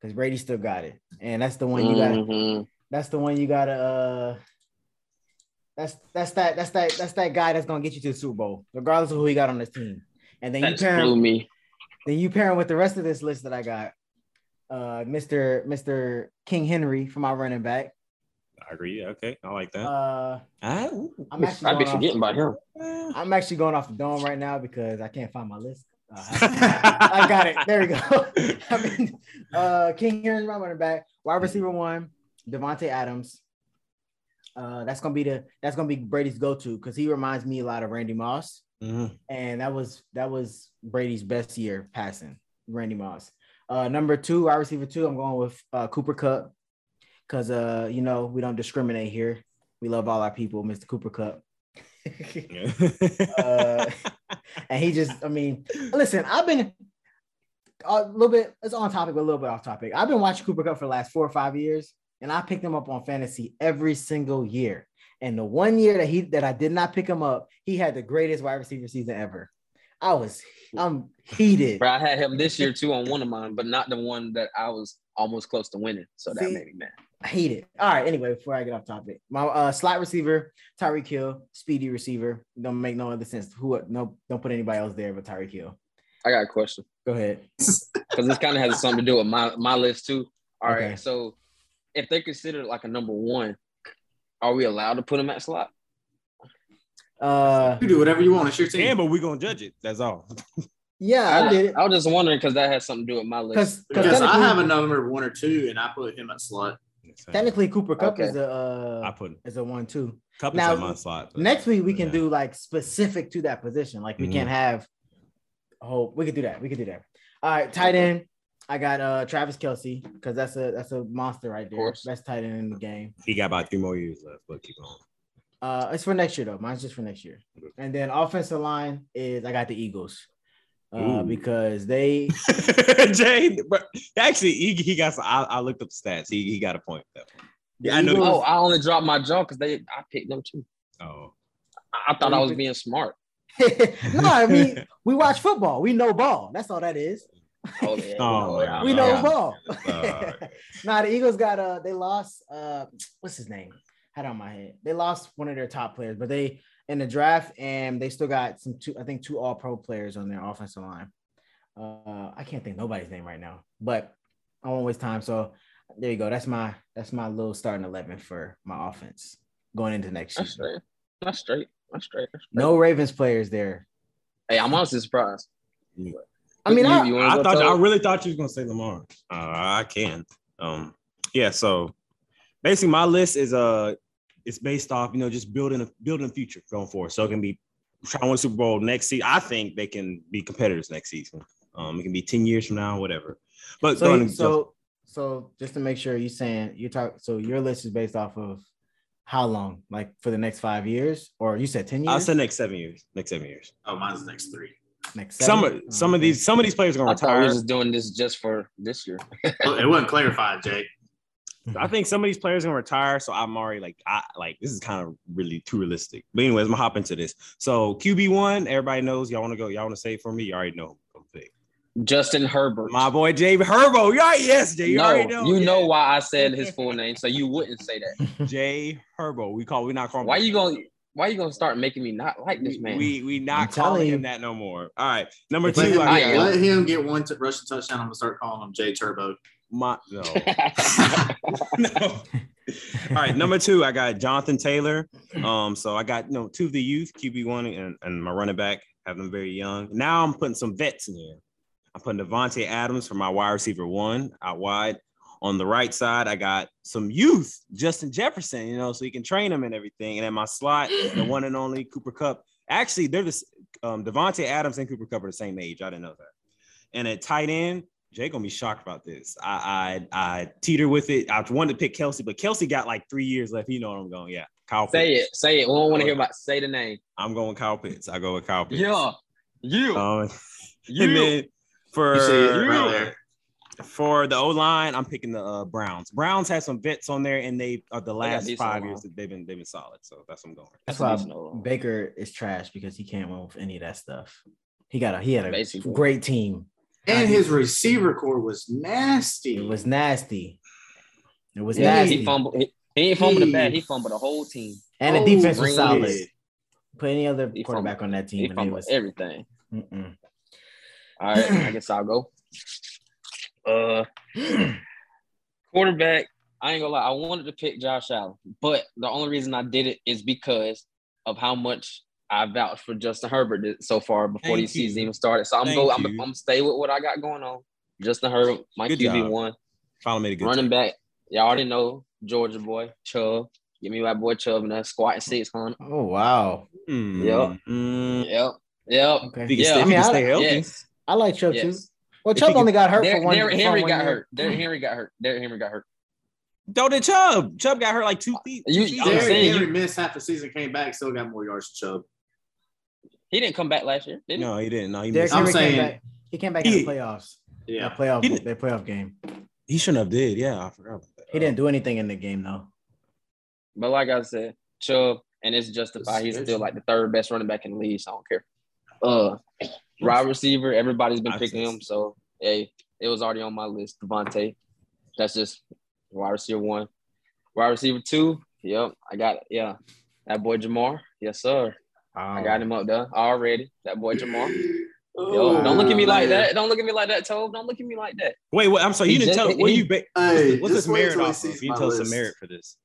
Speaker 4: because Brady still got it, and that's the one you got.
Speaker 6: Mhm.
Speaker 4: That's the one you gotta. Uh, that's that's that that's that that's that guy that's gonna get you to the Super Bowl, regardless of who he got on his team. And then
Speaker 6: That
Speaker 4: you
Speaker 6: just blew
Speaker 4: pair him,
Speaker 6: me.
Speaker 4: Then you pair him with the rest of this list that I got. Uh, Mr. Mr. King Henry for my running back.
Speaker 8: I agree. Okay, I like that.
Speaker 4: Uh,
Speaker 8: Ah, ooh.
Speaker 4: I'm actually
Speaker 6: I'd be
Speaker 4: going off,
Speaker 6: forgetting about him.
Speaker 4: I'm actually going off the dome right now because I can't find my list. Uh, I got it. There we go. I mean, uh, King Henry's my running back. Wide receiver one, Devonte Adams. Uh, that's gonna be the that's gonna be Brady's go-to because he reminds me a lot of Randy Moss.
Speaker 8: Mhm.
Speaker 4: and that was that was Brady's best year passing Randy Moss. Uh, number two, wide receiver two, I'm going with uh, Cooper Cup because uh, you know we don't discriminate here. We love all our people, Mr. Cooper Cup. Uh, and he just, I mean, listen, I've been a little bit. It's on topic, but a little bit off topic. I've been watching Cooper Cup for the last four or five years, and I picked him up on fantasy every single year. And the one year that he that I did not pick him up, he had the greatest wide receiver season ever. I was, I'm heated.
Speaker 6: Bro, I had him this year too on one of mine, but not the one that I was almost close to winning. So that
Speaker 4: See?
Speaker 6: made me mad.
Speaker 4: I hate it. All right. Anyway, before I get off topic, my uh, slot receiver, Tyreek Hill, speedy receiver. Don't make no other sense. Who? No, don't put anybody else there but Tyreek Hill.
Speaker 6: I got a question
Speaker 4: Go ahead.
Speaker 6: because this kind of has something to do with my my list too. All right,
Speaker 4: Okay.
Speaker 6: so if they consider like a number one, are we allowed to put him at slot?
Speaker 4: Uh,
Speaker 5: You do whatever you want. It's your team.
Speaker 8: Damn, but we're gonna judge it. That's all.
Speaker 4: yeah, I did it
Speaker 6: I was just wondering because that has something to do with my list.
Speaker 4: because
Speaker 5: because I have
Speaker 4: technically,
Speaker 5: another one or two, and I put him at slot.
Speaker 4: technically Cooper Cup
Speaker 6: Okay.
Speaker 4: is a
Speaker 8: I
Speaker 4: uh,
Speaker 8: put
Speaker 4: is a one two.
Speaker 8: Cup
Speaker 4: Now,
Speaker 8: is on my slot. but-
Speaker 4: Next week we can
Speaker 8: Yeah.
Speaker 4: do like specific to that position. Like we
Speaker 8: Mhm.
Speaker 4: can't have. Oh, we could do that. We could do that. All right, tight end. I got uh Travis Kelsey because that's a that's a monster right there.
Speaker 6: course.
Speaker 4: Best tight end in the game.
Speaker 8: He got about three more years left, but keep going.
Speaker 4: Uh, it's for next year though. Mine's just for next year. And then offensive line is I got the Eagles uh,
Speaker 8: Ooh.
Speaker 4: because they
Speaker 8: Jay, but actually, he, he got. Some, I, I looked up the stats. He, he got a point. That one. Yeah, I know.
Speaker 4: Eagles-
Speaker 6: oh, I only dropped my jaw because they I picked them too.
Speaker 8: Oh,
Speaker 6: I, I thought I was being smart.
Speaker 4: no, I mean we watch football. We know ball. That's all that is.
Speaker 6: Oh, yeah,
Speaker 8: Oh,
Speaker 6: yeah,
Speaker 8: my
Speaker 4: We
Speaker 6: yeah.
Speaker 4: know
Speaker 8: God.
Speaker 4: ball.
Speaker 8: uh,
Speaker 4: nah, the Eagles got uh they lost uh what's his name? Had it on my head. They lost one of their top players, but they in the draft and they still got some two I think two all pro players on their offensive line. Uh I can't think of nobody's name right now, but I won't waste time. So there you go. That's my that's my little starting eleven for my offense going into next
Speaker 6: That's
Speaker 4: season.
Speaker 6: straight. That's straight. That's straight. That's straight.
Speaker 4: No Ravens players there.
Speaker 6: Hey, I'm honestly surprised.
Speaker 4: I mean,
Speaker 6: You-
Speaker 4: I,
Speaker 6: you wanna
Speaker 8: I
Speaker 6: go
Speaker 8: thought I
Speaker 6: tell-
Speaker 8: really thought you was gonna say Lamar. Uh, I can. Um, yeah. So basically, my list is uh, it's based off you know just building a building a future going forward. So it can be trying to win Super Bowl next season. I think they can be competitors next season. Um, it can be ten years from now, whatever. But
Speaker 4: so,
Speaker 8: going
Speaker 4: you-
Speaker 8: to-
Speaker 4: so so just to make sure you're saying you talk so your list is based off of how long like for the next five years or you said 10 years
Speaker 8: I'll say next seven years. Next seven years.
Speaker 5: Oh, mine's next three.
Speaker 4: next
Speaker 8: Some
Speaker 4: seven?
Speaker 8: of some of
Speaker 4: Okay.
Speaker 8: these some of these players are gonna
Speaker 6: I thought we
Speaker 8: retire.
Speaker 6: were just doing this just for this year.
Speaker 5: Oh, it wasn't clarified, Jay.
Speaker 8: I think some of these players are gonna retire, so I'm already like, I like this is kind of really too realistic. But anyways, I'm gonna hop into this. So QB one, everybody knows. Y'all wanna go? Y'all wanna say it for me? You already know. who I'm gonna pick.
Speaker 6: Justin Herbert.
Speaker 8: My boy Jay Herbo. Y'all, yes, Jay. You
Speaker 6: no,
Speaker 8: already know.
Speaker 6: you
Speaker 8: yes.
Speaker 6: know why I said his full name, so you wouldn't say that.
Speaker 8: Jay Herbo. We call. We not calling.
Speaker 6: Why you gonna Why you gonna start making me not like this man?
Speaker 8: We we
Speaker 4: I'm
Speaker 8: not
Speaker 4: telling
Speaker 8: calling
Speaker 4: you.
Speaker 8: him that no more. All right, number
Speaker 5: Let
Speaker 8: two.
Speaker 5: him,
Speaker 8: I
Speaker 6: yeah.
Speaker 8: got
Speaker 5: let him get one t- rushing touchdown. I'm gonna start calling him Jay Turbo.
Speaker 8: my no. no. All right, number two, I got Jonathan Taylor. Um, so I got you know two of the youth, QB one, and, and my running back. Have them very young. Now I'm putting some vets in here. I'm putting Devontae Adams for my wide receiver one out wide. On the right side, I got some youth, Justin Jefferson. You know, so you can train them and everything. And at my slot, the one and only Cooper Cup. Actually, they're this um, Devontae Adams and Cooper Cup are the same age. I didn't know that. And at tight end, Jay gonna be shocked about this. I I, I teeter with it. I wanted to pick Kelsey, but Kelsey got like three years left. You know what I'm going? Yeah, Kyle.
Speaker 6: say
Speaker 8: Pitts.
Speaker 6: it. Say it. We don't want to hear about. Say the name.
Speaker 8: I'm going Kyle Pitts. I go with Kyle Pitts.
Speaker 6: Yeah, you.
Speaker 8: Um,
Speaker 6: you.
Speaker 8: and then for
Speaker 5: You see it right there.
Speaker 8: for the O line, I'm picking the uh, Browns. Browns had some vets on there, and they are the last
Speaker 6: decent
Speaker 8: five
Speaker 6: O-line.
Speaker 8: years that they've been they've been solid. So that's what I'm going.
Speaker 4: that's
Speaker 6: a
Speaker 4: why
Speaker 6: decent O-line.
Speaker 4: baker is trash because he can't win with any of that stuff he got a he had a
Speaker 6: Basically.
Speaker 4: great team
Speaker 5: And his receiver core was nasty.
Speaker 4: it was nasty it was
Speaker 5: Yeah,
Speaker 6: Yeah, he
Speaker 4: nasty
Speaker 6: fumbled. He, he ain't fumbled the
Speaker 5: He-
Speaker 6: bag. He fumbled the whole team.
Speaker 4: and the
Speaker 5: Oh,
Speaker 4: defense was
Speaker 6: Green
Speaker 4: solid
Speaker 6: Bay.
Speaker 4: put any other
Speaker 6: He
Speaker 4: quarterback on that
Speaker 6: He
Speaker 4: team and it
Speaker 6: fumbled
Speaker 4: was
Speaker 6: everything.
Speaker 4: mm-mm.
Speaker 6: All right, I guess I'll go. Uh, quarterback. I ain't gonna lie. I wanted to pick Josh Allen, but the only reason I did it is because of how much I vouched for Justin Herbert th- so far before
Speaker 8: Thank
Speaker 6: these season
Speaker 8: you.
Speaker 6: even started. So I'm
Speaker 8: Thank
Speaker 6: go. I'm, I'm
Speaker 8: you.
Speaker 6: gonna stay with what I got going on. Justin Herbert, my
Speaker 8: Good
Speaker 6: QB
Speaker 8: job.
Speaker 6: one,
Speaker 8: Follow me to good.
Speaker 6: running back. Y'all already know Georgia boy Chubb. Give me my boy Chubb and that squat
Speaker 8: Mm-hmm.
Speaker 6: six hundred.
Speaker 4: Oh wow.
Speaker 8: Mm,
Speaker 6: Yup.
Speaker 8: mm.
Speaker 6: Yep. Yep.
Speaker 4: Okay.
Speaker 8: If he can
Speaker 6: Yeah,
Speaker 8: stay,
Speaker 6: I
Speaker 8: if
Speaker 4: mean,
Speaker 8: he can
Speaker 4: I-
Speaker 8: stay healthy.
Speaker 6: Yes.
Speaker 4: I like Chubb
Speaker 6: Yeah.
Speaker 4: too. Well,
Speaker 8: If
Speaker 4: Chubb
Speaker 8: he
Speaker 4: only got hurt
Speaker 6: Derrick
Speaker 4: for one.
Speaker 6: Derrick
Speaker 4: for
Speaker 6: Henry
Speaker 4: one
Speaker 6: got
Speaker 4: year.
Speaker 6: hurt. Derrick Henry got hurt. Derrick Henry got hurt.
Speaker 8: Don't did Chubb. Chubb got hurt like two feet.
Speaker 6: You-
Speaker 8: two
Speaker 6: I'm
Speaker 8: feet.
Speaker 5: Derrick
Speaker 6: saying
Speaker 5: Henry missed half the season, came back, still got more yards than Chubb.
Speaker 6: He didn't come back last year, did he?
Speaker 8: no, he didn't. No, he
Speaker 4: Derrick
Speaker 8: missed.
Speaker 5: I'm
Speaker 4: Henry
Speaker 5: saying-
Speaker 4: came back. He came back in
Speaker 8: He-
Speaker 4: the playoffs. Yeah,
Speaker 5: Yeah.
Speaker 4: playoff.
Speaker 8: He didn't- Oh.
Speaker 4: Their playoff game.
Speaker 8: He shouldn't have did. Yeah, I forgot about that.
Speaker 4: He didn't do anything in the game though.
Speaker 6: But like I said, Chubb, and it's justified. He's still like the third best running back in the league, so I don't care. Uh, wide receiver, everybody's been picking him, so hey, it was already on my list. Devontae, that's just wide receiver one. Wide receiver two, yep, I got it. Yeah, that boy Jamar, yes sir, I got him up there already. That boy Jamar, Yo,
Speaker 5: Oh,
Speaker 6: don't look at me like that. Don't look at me like that, Tove. Don't look at me like that.
Speaker 8: Wait, what? I'm sorry.
Speaker 6: He
Speaker 8: You didn't
Speaker 6: just-
Speaker 8: tell. What do
Speaker 6: he-
Speaker 8: you? Ba-
Speaker 5: Hey,
Speaker 8: what's
Speaker 5: just
Speaker 8: the
Speaker 5: wait
Speaker 8: merit
Speaker 5: till he
Speaker 8: off?
Speaker 5: sees
Speaker 8: Of? You
Speaker 5: my
Speaker 8: can tell us the
Speaker 5: list.
Speaker 8: merit for this.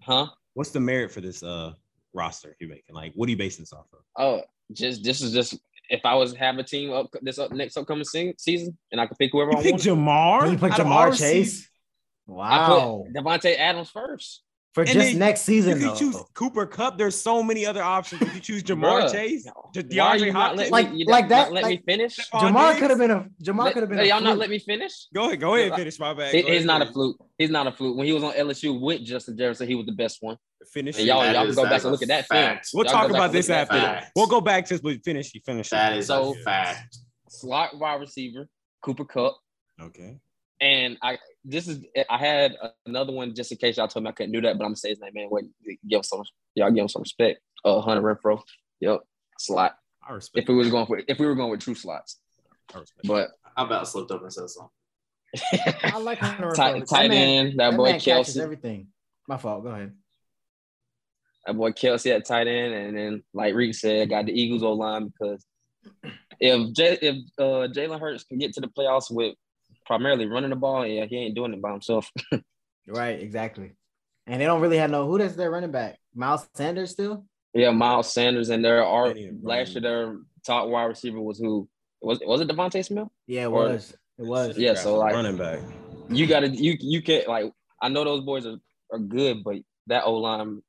Speaker 6: Huh?
Speaker 8: What's the merit for this uh roster you're making? Like, what are you basing this off of?
Speaker 6: Oh, just this is just if I was have a team up this up next upcoming se- season and I could pick whoever I
Speaker 8: You pick
Speaker 6: want.
Speaker 8: Jamar.
Speaker 4: Then you put
Speaker 8: out of all
Speaker 4: Jamar
Speaker 8: receivers?
Speaker 4: Chase.
Speaker 6: I
Speaker 4: Wow.
Speaker 6: put Devontae Adams first.
Speaker 4: For
Speaker 8: And
Speaker 4: just
Speaker 8: then
Speaker 4: next
Speaker 8: You
Speaker 4: season
Speaker 8: could
Speaker 4: though.
Speaker 8: choose Cooper Cup. There's so many other options. You could choose Jamar
Speaker 6: Bruh.
Speaker 8: Chase. De-
Speaker 6: Why are you
Speaker 8: DeAndre
Speaker 6: not letting
Speaker 8: Hopkins.
Speaker 4: Like-
Speaker 6: me, you
Speaker 4: like
Speaker 6: not
Speaker 4: that,
Speaker 6: Let me
Speaker 4: like-
Speaker 6: finish.
Speaker 4: Jamar
Speaker 8: Diggs?
Speaker 4: could have been a Jamar
Speaker 6: Let-
Speaker 4: could have been.
Speaker 6: hey,
Speaker 4: a
Speaker 6: y'all not
Speaker 4: fluke.
Speaker 6: let me finish.
Speaker 8: go ahead. Go ahead. Finish my bad.
Speaker 6: He-
Speaker 8: Go ahead,
Speaker 6: he's not a
Speaker 8: finish.
Speaker 6: fluke. He's not a fluke. When he was on LSU with Justin Jefferson, he was the best one.
Speaker 8: Finish.
Speaker 6: And y'all,
Speaker 5: That
Speaker 6: y'all can
Speaker 5: is-
Speaker 6: go
Speaker 5: that
Speaker 6: back
Speaker 5: is
Speaker 6: and
Speaker 5: a
Speaker 6: look at that
Speaker 5: fact.
Speaker 6: film.
Speaker 8: We'll
Speaker 6: Y'all
Speaker 8: talk
Speaker 6: go back
Speaker 8: about
Speaker 6: and
Speaker 8: this
Speaker 6: look at
Speaker 8: after.
Speaker 6: that
Speaker 5: fact.
Speaker 8: We'll go back to this, but finish. You finish. it.
Speaker 5: That is
Speaker 6: So-
Speaker 5: a fact.
Speaker 6: Slot wide receiver, Cooper Cup.
Speaker 8: okay.
Speaker 6: And I this is I had another one just in case y'all told me I couldn't do that, but I'm gonna say his name, man. Wait, give him some y'all give him some respect. Uh Hunter Renfro. Yep. Slot.
Speaker 8: I respect.
Speaker 6: If we was going for if we were going with true slots.
Speaker 8: I respect.
Speaker 6: But
Speaker 5: I about slipped up and said something.
Speaker 4: I like Hunter
Speaker 6: tight,
Speaker 4: Renfrow.
Speaker 6: tight
Speaker 4: that man,
Speaker 6: end,
Speaker 4: That,
Speaker 6: that, boy
Speaker 4: man catches
Speaker 6: Kelsey.
Speaker 4: everything. My fault. Go ahead.
Speaker 6: that boy Kelsey at tight end, and then like Reek said, got the Eagles O line because if J- if uh, Jalen Hurts can get to the playoffs with primarily running the ball, yeah, he ain't doing it by himself.
Speaker 4: Right. Exactly. And they don't really have no. Who does their running back? Miles Sanders still.
Speaker 6: yeah, Miles Sanders and their are
Speaker 8: They need to
Speaker 6: last year
Speaker 8: run.
Speaker 6: their top wide receiver was who was was it Devontae Smith?
Speaker 4: Yeah, it
Speaker 6: Or-
Speaker 4: was. It was.
Speaker 6: Yeah, so like
Speaker 8: running back.
Speaker 6: you gotta you you can't like I know those boys are, are good, but that O line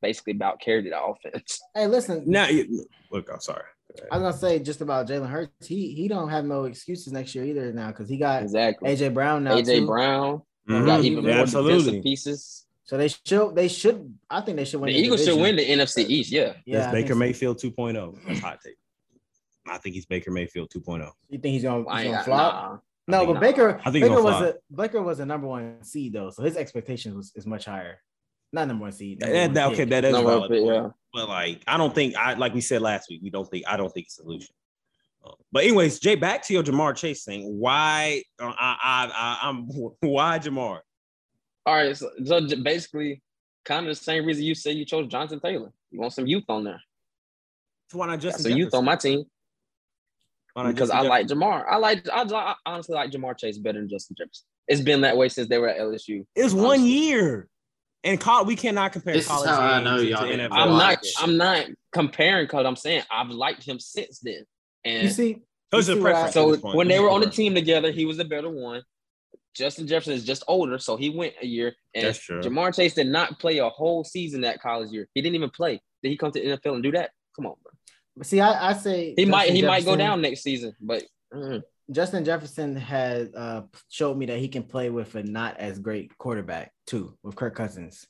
Speaker 6: basically about carried the offense.
Speaker 4: Hey, listen.
Speaker 8: Now, you- look. I'm sorry.
Speaker 4: I was gonna say just about Jalen Hurts. He he don't have no excuses next year either now because he got
Speaker 6: Exactly.
Speaker 4: AJ Brown now.
Speaker 6: AJ
Speaker 4: too.
Speaker 6: Brown
Speaker 5: Mm-hmm.
Speaker 8: Mhm.
Speaker 6: got even
Speaker 8: Yeah,
Speaker 6: more defensive
Speaker 8: absolutely.
Speaker 6: pieces.
Speaker 4: So they should they should I think they should win.
Speaker 6: The
Speaker 4: the
Speaker 6: Eagles should
Speaker 4: division.
Speaker 6: win the NFC East. Yeah.
Speaker 4: Yeah,
Speaker 8: That's
Speaker 4: I think
Speaker 8: Baker
Speaker 4: so.
Speaker 8: Mayfield 2.0. That's hot take. I think he's Baker Mayfield 2.0.
Speaker 4: You think he's gonna,
Speaker 6: I
Speaker 4: he's
Speaker 6: ain't got,
Speaker 4: gonna flop?
Speaker 6: nah.
Speaker 4: No,
Speaker 8: think
Speaker 4: but
Speaker 6: not.
Speaker 4: Baker
Speaker 8: I think
Speaker 4: Baker
Speaker 8: he'll
Speaker 4: was
Speaker 8: flop.
Speaker 4: a Baker was a number one seed though, so his expectations was is much higher. Not number one seed. number
Speaker 8: That-
Speaker 4: one
Speaker 8: that-
Speaker 4: pick.
Speaker 8: okay, that is
Speaker 6: Number
Speaker 8: valid.
Speaker 6: one pick,
Speaker 8: point.
Speaker 6: yeah.
Speaker 8: But like, I don't think I like we said last week. We don't think I don't think it's a solution. Um, But anyways, Jay, back to your Jamar Chase thing. Why uh, I, I I I'm why Jamar?
Speaker 6: All right. So, so j- basically, kind of the same reason you say you chose Jonathan Taylor. You want some youth on there.
Speaker 8: Why not Justin?
Speaker 6: so youth on my team
Speaker 8: Why not
Speaker 6: because
Speaker 8: Justin
Speaker 6: I
Speaker 8: Jefferson?
Speaker 6: like Jamar. I like I, I honestly like Jamar Chase better than Justin Jefferson. It's been that way since they were at LSU.
Speaker 8: It was one
Speaker 6: honestly.
Speaker 8: year, and col- we cannot compare
Speaker 5: This is
Speaker 8: college
Speaker 5: how I know
Speaker 8: games
Speaker 5: y'all
Speaker 8: to
Speaker 5: didn't
Speaker 8: NFL.
Speaker 6: I'm
Speaker 5: like
Speaker 6: not
Speaker 5: it.
Speaker 6: I'm not comparing because I'm saying I've liked him since then. And
Speaker 4: You see,
Speaker 8: Those
Speaker 4: You
Speaker 8: are
Speaker 4: see what I-
Speaker 8: preferences at
Speaker 6: So
Speaker 8: this point.
Speaker 6: when
Speaker 8: Those
Speaker 6: they
Speaker 8: are
Speaker 6: were on the
Speaker 8: preferences.
Speaker 6: team together, he was the better one. Justin Jefferson is just older, so he went a year. And
Speaker 8: That's true.
Speaker 6: Jamar Chase did not play a whole season that college year. He didn't even play. Did he come to the NFL and do that? Come on, bro.
Speaker 4: see, I, I say
Speaker 6: He might
Speaker 4: Justin
Speaker 6: he might go
Speaker 4: Jefferson-
Speaker 6: down next season, but mm,
Speaker 4: Justin Jefferson has uh, showed me that he can play with a not as great quarterback too, with Kirk Cousins.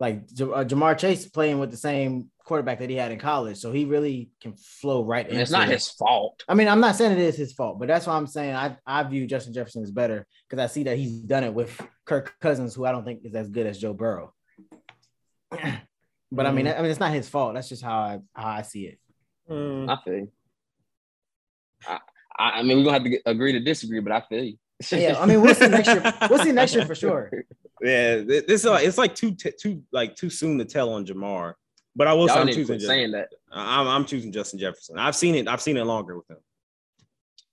Speaker 4: Like J- uh, Jamar Chase playing with the same quarterback that he had in college, so he really can flow right
Speaker 6: and
Speaker 4: into.
Speaker 6: it's not
Speaker 4: it.
Speaker 6: his fault.
Speaker 4: I mean, I'm not saying it is his fault, but that's why I'm saying I I view Justin Jefferson as better because I see that he's done it with Kirk Cousins, who I don't think is as good as Joe Burrow. but I mean,
Speaker 6: Mm.
Speaker 4: I mean, it's not his fault. That's just how I how I see it.
Speaker 6: I feel you. I, I I mean we're gonna have to get- agree to disagree, but I feel you.
Speaker 4: Yeah, I mean, we'll see next year. We'll see next year for sure.
Speaker 8: Yeah, th- this is like, it's like too t- too like too soon to tell on Jamar. But I will say
Speaker 6: Y'all
Speaker 8: I'm
Speaker 6: need to
Speaker 8: choosing
Speaker 6: quit
Speaker 8: Justin.
Speaker 6: saying that.
Speaker 8: I'm, I'm choosing Justin Jefferson. I've seen it. I've seen it longer with him.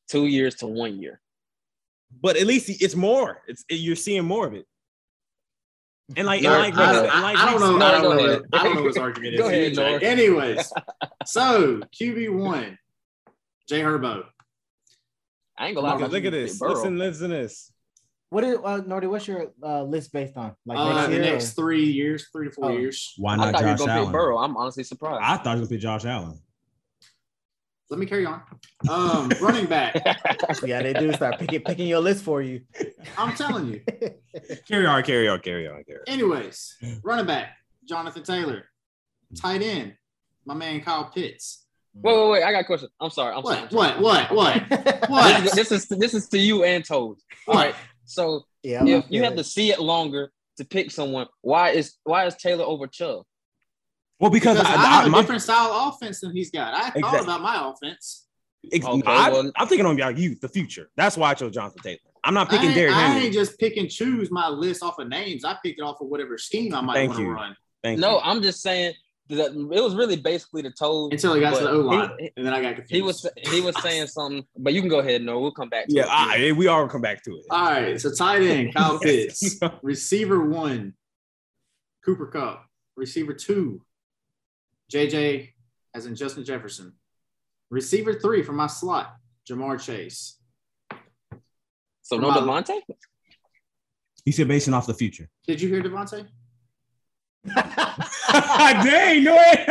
Speaker 6: two years to one year.
Speaker 8: But at least it's more. It's you're seeing more of it. And like,
Speaker 5: No,
Speaker 8: and like,
Speaker 5: I,
Speaker 8: and
Speaker 5: I-
Speaker 8: like
Speaker 5: I don't know.
Speaker 6: No,
Speaker 5: I don't
Speaker 6: go
Speaker 5: know.
Speaker 6: ahead.
Speaker 5: I don't know what his argument is.
Speaker 6: Go ahead, Nor.
Speaker 5: Anyways, so QB one, Jay Herbo.
Speaker 6: I ain't gonna lie.
Speaker 8: Look at, look at this.
Speaker 6: Burrow.
Speaker 8: Listen, listen to this.
Speaker 4: What is uh, Nordy? What's your uh, list based on? Like
Speaker 5: Uh,
Speaker 4: next
Speaker 5: the
Speaker 4: year?
Speaker 5: next
Speaker 4: or-
Speaker 5: three years, three to four
Speaker 4: Oh.
Speaker 5: years.
Speaker 9: Why
Speaker 6: I
Speaker 9: not
Speaker 6: thought you were
Speaker 9: Josh
Speaker 6: gonna pick
Speaker 9: Allen?
Speaker 6: Burrow. I'm honestly surprised.
Speaker 9: I thought you were gonna pick Josh Allen.
Speaker 5: Let me carry on. Um, running back.
Speaker 4: yeah, they do start picking picking your list for you.
Speaker 5: I'm telling you.
Speaker 8: Carry on, carry on, carry on, carry on.
Speaker 5: Anyways, running back, Jonathan Taylor. Tight end, my man Kyle Pitts.
Speaker 6: wait, wait, wait. I got a question. I'm sorry. I'm sorry. I'm
Speaker 5: What?
Speaker 6: sorry.
Speaker 5: What? What? What?
Speaker 6: This,
Speaker 5: What?
Speaker 6: is- this is this is to you and Toes. All
Speaker 5: What?
Speaker 6: right. So
Speaker 4: yeah, I
Speaker 6: if
Speaker 4: feel
Speaker 6: you have
Speaker 4: it.
Speaker 6: to see it longer to pick someone, why is why is Taylor over Chubb?
Speaker 8: Well, because,
Speaker 5: Because I,
Speaker 8: I,
Speaker 5: have
Speaker 8: I,
Speaker 5: a
Speaker 8: my,
Speaker 5: different style of offense than he's got. I thought
Speaker 8: Exactly.
Speaker 5: about my offense.
Speaker 8: ex-
Speaker 6: Okay,
Speaker 8: I,
Speaker 6: well-
Speaker 8: am thinking on your youth, the future. That's why I chose Jonathan Taylor. I'm not
Speaker 5: I
Speaker 8: picking
Speaker 5: ain't,
Speaker 8: Derrick
Speaker 5: I
Speaker 8: Henry.
Speaker 5: ain't just pick and choose my list off of names. I picked it off of whatever scheme I might
Speaker 8: Thank
Speaker 5: want to
Speaker 8: you.
Speaker 5: run
Speaker 8: Thank
Speaker 6: No,
Speaker 8: you.
Speaker 6: I'm just saying that it was really basically the Toes.
Speaker 5: until it got to
Speaker 6: But
Speaker 5: the O line,
Speaker 6: he-
Speaker 5: and then I got confused.
Speaker 6: He was he was saying something, but you can go ahead. No, we'll come back. To
Speaker 8: Yeah,
Speaker 6: it.
Speaker 8: I, we all come back to it.
Speaker 5: all right. So tight end Kyle Pitts, receiver one, Cooper Cup, receiver two, JJ, as in Justin Jefferson, receiver three for my slot, Jamar Chase.
Speaker 6: so no
Speaker 5: Mom.
Speaker 6: Delonte.
Speaker 9: He said basing off the future.
Speaker 5: Did you hear Devontae?
Speaker 8: Dang, no way.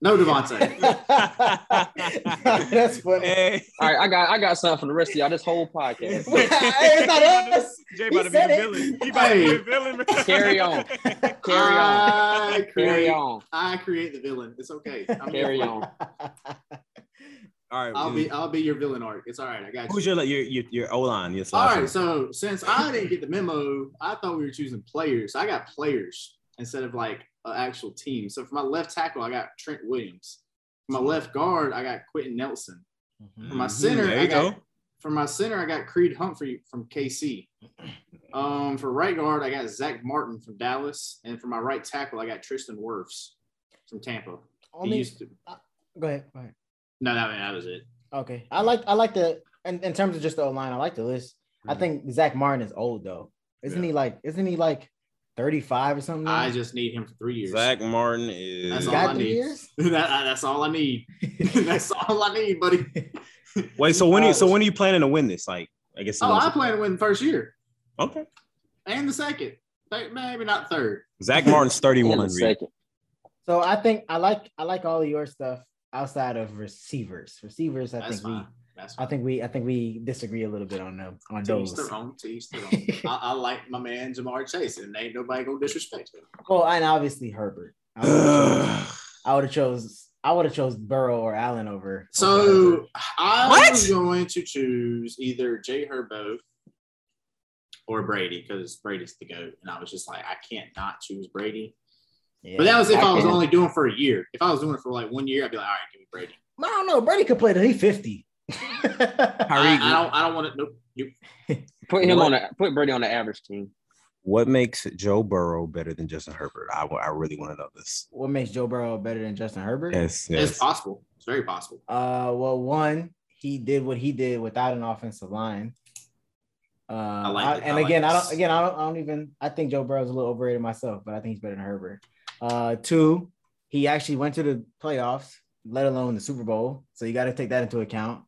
Speaker 5: No, Devontae.
Speaker 4: That's funny.
Speaker 8: hey,
Speaker 6: All right, I got I got something for the rest of y'all. This whole podcast.
Speaker 4: Hey, it's not us.
Speaker 8: Jay
Speaker 4: He
Speaker 8: about to be
Speaker 4: said
Speaker 8: a
Speaker 4: it.
Speaker 8: villain. He about to be a
Speaker 5: Hey.
Speaker 8: villain.
Speaker 6: Carry on. Carry on.
Speaker 5: I create,
Speaker 6: Carry on.
Speaker 5: I create the villain. It's okay. I'm
Speaker 6: Carry
Speaker 5: your-
Speaker 6: on.
Speaker 8: All right,
Speaker 5: I'll be I'll be your villain arc. It's all right. I got you.
Speaker 8: Who's your your your, your O line? Your
Speaker 5: All
Speaker 8: slot?
Speaker 5: right, so since I didn't get the memo, I thought we were choosing players. I got players instead of like an actual team. So for my left tackle, I got Trent Williams. For my left guard, I got Quentin Nelson. For my center,
Speaker 8: There
Speaker 5: I
Speaker 8: you
Speaker 5: got
Speaker 8: go.
Speaker 5: for my center, I got Creed Humphrey from KC. Um, for right guard, I got Zach Martin from Dallas, and for my right tackle, I got Tristan Wirfs from Tampa. He
Speaker 4: Only
Speaker 5: used to.
Speaker 4: go ahead. Go ahead.
Speaker 5: No, no, man, that was it.
Speaker 4: Okay, I like I like the in, in terms of just the O line. I like the list.
Speaker 6: Mm.
Speaker 4: I think Zach Martin is old though, isn't he? Like, isn't he like thirty five or something? now?
Speaker 5: I just need him for three years.
Speaker 8: Zach Martin is.
Speaker 5: That's
Speaker 4: He
Speaker 5: all I
Speaker 4: got three
Speaker 5: need.
Speaker 4: years.
Speaker 5: That- I- that's all I need. that's all I need, buddy.
Speaker 8: Wait, so when are you, so when are you planning to win this? Like, I guess.
Speaker 5: Oh, I plan to win the first year
Speaker 8: okay.
Speaker 5: and the second, Th- maybe not third.
Speaker 8: Zach Martin's
Speaker 6: In
Speaker 8: thirty-one.
Speaker 6: a
Speaker 8: Reed.
Speaker 6: second.
Speaker 4: So I think I like I like all of your stuff outside of receivers. Receivers, I
Speaker 5: That's
Speaker 4: think we
Speaker 5: fine. That's
Speaker 4: I
Speaker 5: fine.
Speaker 4: think we I think we disagree a little bit on them on
Speaker 5: To each
Speaker 4: those.
Speaker 5: their own. To each their own. I, I like my man Jamar Chase, and ain't nobody gonna disrespect him.
Speaker 4: Well, and obviously Herbert.
Speaker 8: Ugh.
Speaker 4: I would have chose I would have chose Burrow or Allen over. over
Speaker 5: So
Speaker 4: Herbert.
Speaker 5: I
Speaker 8: What?
Speaker 5: was going to choose either Jay Herbo or Brady because Brady's the goat, and I was just like, I can't not choose Brady.
Speaker 4: yeah.
Speaker 5: But that was if
Speaker 6: I
Speaker 5: I, was
Speaker 6: can.
Speaker 5: only doing it for a year. If I was doing it for like one year, I'd be like, all right, give me Brady.
Speaker 4: I don't know. Brady could play till he's fifty.
Speaker 5: I,
Speaker 8: Tyreek.
Speaker 5: I don't. I don't want to. Nope. You,
Speaker 6: Put him
Speaker 8: What?
Speaker 6: on a put Brady on the average team.
Speaker 8: What makes Joe Burrow better than Justin Herbert? I, wa- I really want to know this.
Speaker 4: what makes Joe Burrow better than Justin Herbert?
Speaker 8: Yes,
Speaker 5: It's possible. It's very possible.
Speaker 4: Uh, well, one, he did what he did without an offensive line. Uh,
Speaker 5: like
Speaker 4: I-
Speaker 5: it.
Speaker 4: and
Speaker 5: I like
Speaker 4: again, I
Speaker 5: this.
Speaker 4: don't. Again, I don't, I don't even. I think Joe Burrow's a little overrated myself, but I think he's better than Herbert. Uh, two, he actually went to the playoffs, let alone the Super Bowl. So you got to take that into account.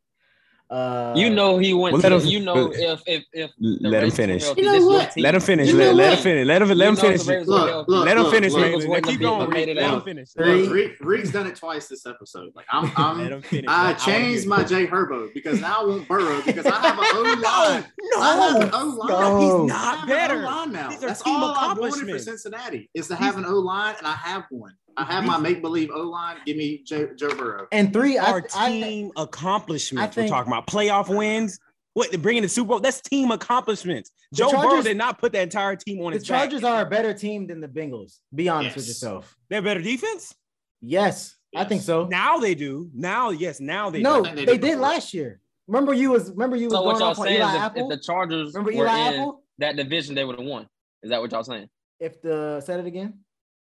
Speaker 4: Uh,
Speaker 6: You know he went.
Speaker 8: Well,
Speaker 6: to,
Speaker 8: let him-
Speaker 6: you know if if if the
Speaker 8: Let him
Speaker 6: Ravens were
Speaker 8: finish.
Speaker 6: healthy,
Speaker 5: You know
Speaker 6: this
Speaker 5: what?
Speaker 6: young team-
Speaker 8: Let him finish.
Speaker 6: You
Speaker 8: Let,
Speaker 6: know
Speaker 8: let him
Speaker 6: what?
Speaker 8: finish. Let him
Speaker 6: you
Speaker 8: let him
Speaker 6: know if the
Speaker 8: finish.
Speaker 6: Ravens were
Speaker 5: Look,
Speaker 6: healthy,
Speaker 5: look,
Speaker 8: Let him
Speaker 5: look,
Speaker 8: finish,
Speaker 5: look,
Speaker 8: man.
Speaker 6: look,
Speaker 8: Let-
Speaker 6: look,
Speaker 8: Keep going.
Speaker 6: look,
Speaker 8: Reed.
Speaker 6: look,
Speaker 8: Let him
Speaker 6: look.
Speaker 8: finish.
Speaker 5: Look,
Speaker 4: Three.
Speaker 5: Reek, Reek's done it twice this episode. Like I'm,
Speaker 8: Let
Speaker 5: I'm
Speaker 8: him finish.
Speaker 5: I
Speaker 8: Let- wanna
Speaker 5: changed
Speaker 8: hear
Speaker 5: my
Speaker 8: it.
Speaker 5: Jay Herbo because now I want Burrow because I have an O line. I have
Speaker 6: Oh.
Speaker 5: an O line.
Speaker 4: No.
Speaker 8: He's
Speaker 5: I have
Speaker 8: not
Speaker 5: an O
Speaker 8: better.
Speaker 5: line now.
Speaker 8: These are
Speaker 5: That's
Speaker 8: team
Speaker 5: all I wanted for
Speaker 8: accomplishments.
Speaker 5: Cincinnati is to have an O line, and I have one. I have my make believe O line. Give me Joe, Joe Burrow.
Speaker 4: and three, I,
Speaker 8: Our
Speaker 4: I,
Speaker 8: team
Speaker 4: I
Speaker 8: accomplishments.
Speaker 4: think-
Speaker 8: We're talking about playoff wins. What they're bringing the Super Bowl? That's team accomplishments.
Speaker 4: The
Speaker 8: Joe Burrow
Speaker 4: Chargers-
Speaker 8: did not put the entire team on
Speaker 4: the
Speaker 8: his back.
Speaker 4: Chargers are a better team than the Bengals. Be honest with
Speaker 5: Yes.
Speaker 4: yourself.
Speaker 8: They're better defense.
Speaker 4: Yes, I think
Speaker 5: Yes.
Speaker 4: so.
Speaker 8: Now they do. Now, yes, now they
Speaker 4: no,
Speaker 5: I think
Speaker 4: they,
Speaker 5: they
Speaker 4: did
Speaker 5: did before.
Speaker 4: last year. Remember you was remember you was
Speaker 6: So
Speaker 4: going
Speaker 6: what y'all
Speaker 4: off on
Speaker 6: saying
Speaker 4: Eli
Speaker 6: is if,
Speaker 4: Apple.
Speaker 6: if the Chargers
Speaker 4: remember
Speaker 6: were
Speaker 4: Eli
Speaker 6: in
Speaker 4: Apple?
Speaker 6: that division, they would have won. Is that what y'all saying?
Speaker 4: If the said it again.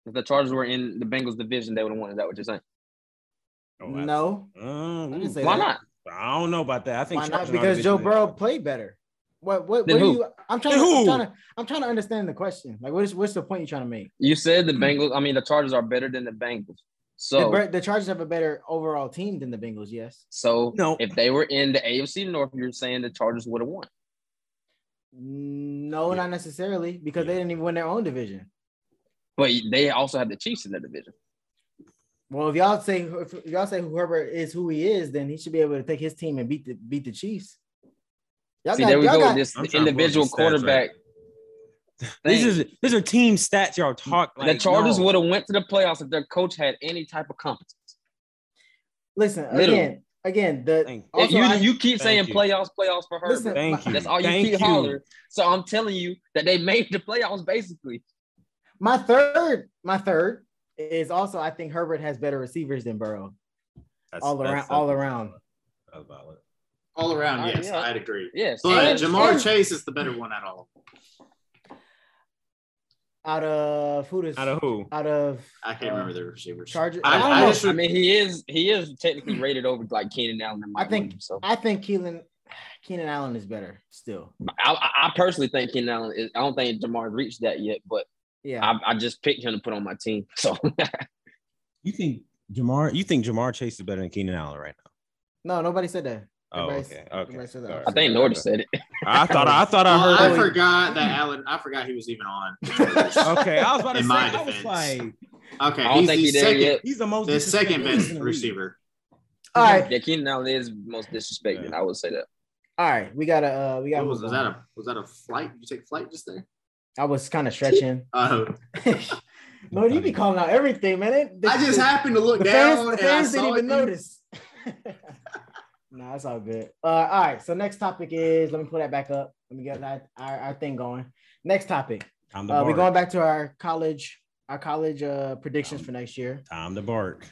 Speaker 6: If the Chargers were in the Bengals division, they would have won. Is that what you're saying?
Speaker 8: do.
Speaker 4: no, I
Speaker 8: Oh,
Speaker 4: didn't
Speaker 8: ooh.
Speaker 4: say
Speaker 6: Hmm. Why
Speaker 4: that.
Speaker 6: not?
Speaker 8: I don't know about that. I think
Speaker 4: Why not?
Speaker 8: Sharp's an
Speaker 4: Because Joe
Speaker 8: artificial-
Speaker 4: Burrow played better. What? What?
Speaker 6: Then
Speaker 4: what do
Speaker 6: who?
Speaker 4: you? I'm trying, to,
Speaker 8: Then
Speaker 4: I'm
Speaker 8: who?
Speaker 4: trying to. I'm trying to understand the question. Like, what is? What's the point you're trying to make?
Speaker 6: You said the Bengals. I mean, the Chargers are better than the Bengals.
Speaker 4: The
Speaker 6: So,
Speaker 4: the, the Chargers have a Hmm. better overall team than the Bengals. Yes.
Speaker 6: so
Speaker 8: No.
Speaker 6: if they were in the AFC North, you're saying the Chargers would have won.
Speaker 4: No, not necessarily, because they didn't even win their own division.
Speaker 6: But they also have the Chiefs in the division.
Speaker 4: Well, if y'all say if y'all say whoever is who he is, then he should be able to take his team and beat the beat the Chiefs. Y'all
Speaker 6: See,
Speaker 4: got-
Speaker 6: there we
Speaker 4: y'all
Speaker 6: go.
Speaker 4: got-
Speaker 6: With this
Speaker 8: I'm
Speaker 6: the
Speaker 8: trying to pull up
Speaker 6: individual
Speaker 8: these stats right
Speaker 6: quarterback.
Speaker 8: These
Speaker 6: thing.
Speaker 8: is these are team stats y'all talk. Like,
Speaker 6: the Chargers
Speaker 8: no.
Speaker 6: would have went to the playoffs if their coach had any type of competence.
Speaker 4: Listen
Speaker 6: Literally.
Speaker 4: again, again. The
Speaker 8: Thank-
Speaker 4: also,
Speaker 6: you,
Speaker 4: I-
Speaker 6: you keep saying
Speaker 8: Thank you.
Speaker 6: playoffs, playoffs for Herbert.
Speaker 4: Listen,
Speaker 8: Thank you.
Speaker 6: That's all you
Speaker 8: Thank
Speaker 6: keep hollering. So I'm telling you that they made the playoffs basically.
Speaker 4: my third, my third is also I think Herbert has better receivers than Burrow
Speaker 8: That's-
Speaker 4: all
Speaker 8: that's-
Speaker 4: around. all around.
Speaker 8: that's valid.
Speaker 5: All around,
Speaker 6: Uh,
Speaker 5: yes,
Speaker 6: yeah.
Speaker 5: I'd agree.
Speaker 6: Yes.
Speaker 5: But
Speaker 6: And-
Speaker 5: Jamar
Speaker 6: and-
Speaker 5: Chase is the better one at all.
Speaker 4: Out of who does
Speaker 8: Out of who?
Speaker 4: out of
Speaker 5: I can't
Speaker 4: uh,
Speaker 5: remember the receivers.
Speaker 4: Chargers.
Speaker 5: I-
Speaker 4: don't
Speaker 5: I
Speaker 4: know.
Speaker 5: just-
Speaker 6: I mean, he is he is technically rated over like Keenan Allen and Mike
Speaker 4: I think-
Speaker 6: Williams. So
Speaker 4: I think Keelan Keenan Allen is better still.
Speaker 6: I, I I personally think Keenan Allen. Is, I don't think Jamar's reached that yet, but
Speaker 4: Yeah.
Speaker 6: I, I just picked him to put on my team. So
Speaker 9: You think
Speaker 8: Jamar, you think Jamar Chase is better than Keenan Allen right
Speaker 4: no, nobody said that.
Speaker 8: now? Oh,
Speaker 4: Everybody's-
Speaker 8: okay, okay.
Speaker 4: everybody said that.
Speaker 8: All right.
Speaker 6: I think Norton said it.
Speaker 8: I thought I thought I
Speaker 5: Well,
Speaker 8: heard.
Speaker 5: I
Speaker 4: Wait.
Speaker 5: forgot that Allen. I forgot he was even on.
Speaker 8: Okay, I was about to
Speaker 5: In
Speaker 8: say.
Speaker 5: my
Speaker 8: I was
Speaker 5: defense.
Speaker 8: like,
Speaker 5: Okay,
Speaker 6: I don't think
Speaker 5: he's the
Speaker 6: he there
Speaker 5: second,
Speaker 6: yet.
Speaker 9: he's the most
Speaker 5: the second
Speaker 9: disrespectful
Speaker 5: best
Speaker 9: person in the league.
Speaker 5: receiver.
Speaker 4: All right.
Speaker 6: Yeah, Keenan Allen is most disrespected. I would say that.
Speaker 4: All right. We gotta uh we gotta
Speaker 5: What was,
Speaker 4: move
Speaker 5: was that
Speaker 4: on.
Speaker 5: a was that a flight? Did you take flight just there?
Speaker 4: I was kind of stretching.
Speaker 5: Uh,
Speaker 4: no, you be calling out everything, man. It- the-
Speaker 5: I just
Speaker 4: the-
Speaker 5: happened to look
Speaker 4: the
Speaker 5: down.
Speaker 4: fans, the
Speaker 5: and
Speaker 4: fans
Speaker 5: I
Speaker 4: didn't
Speaker 5: saw
Speaker 4: even
Speaker 5: it.
Speaker 4: notice. nah, that's all good. Uh, all right. So next topic is let me pull that back up. Let me get that our, our thing going. Next topic.
Speaker 9: Time to
Speaker 4: Uh, we're
Speaker 9: bark.
Speaker 4: going back to our college our college uh predictions for next year.
Speaker 9: Time to bark.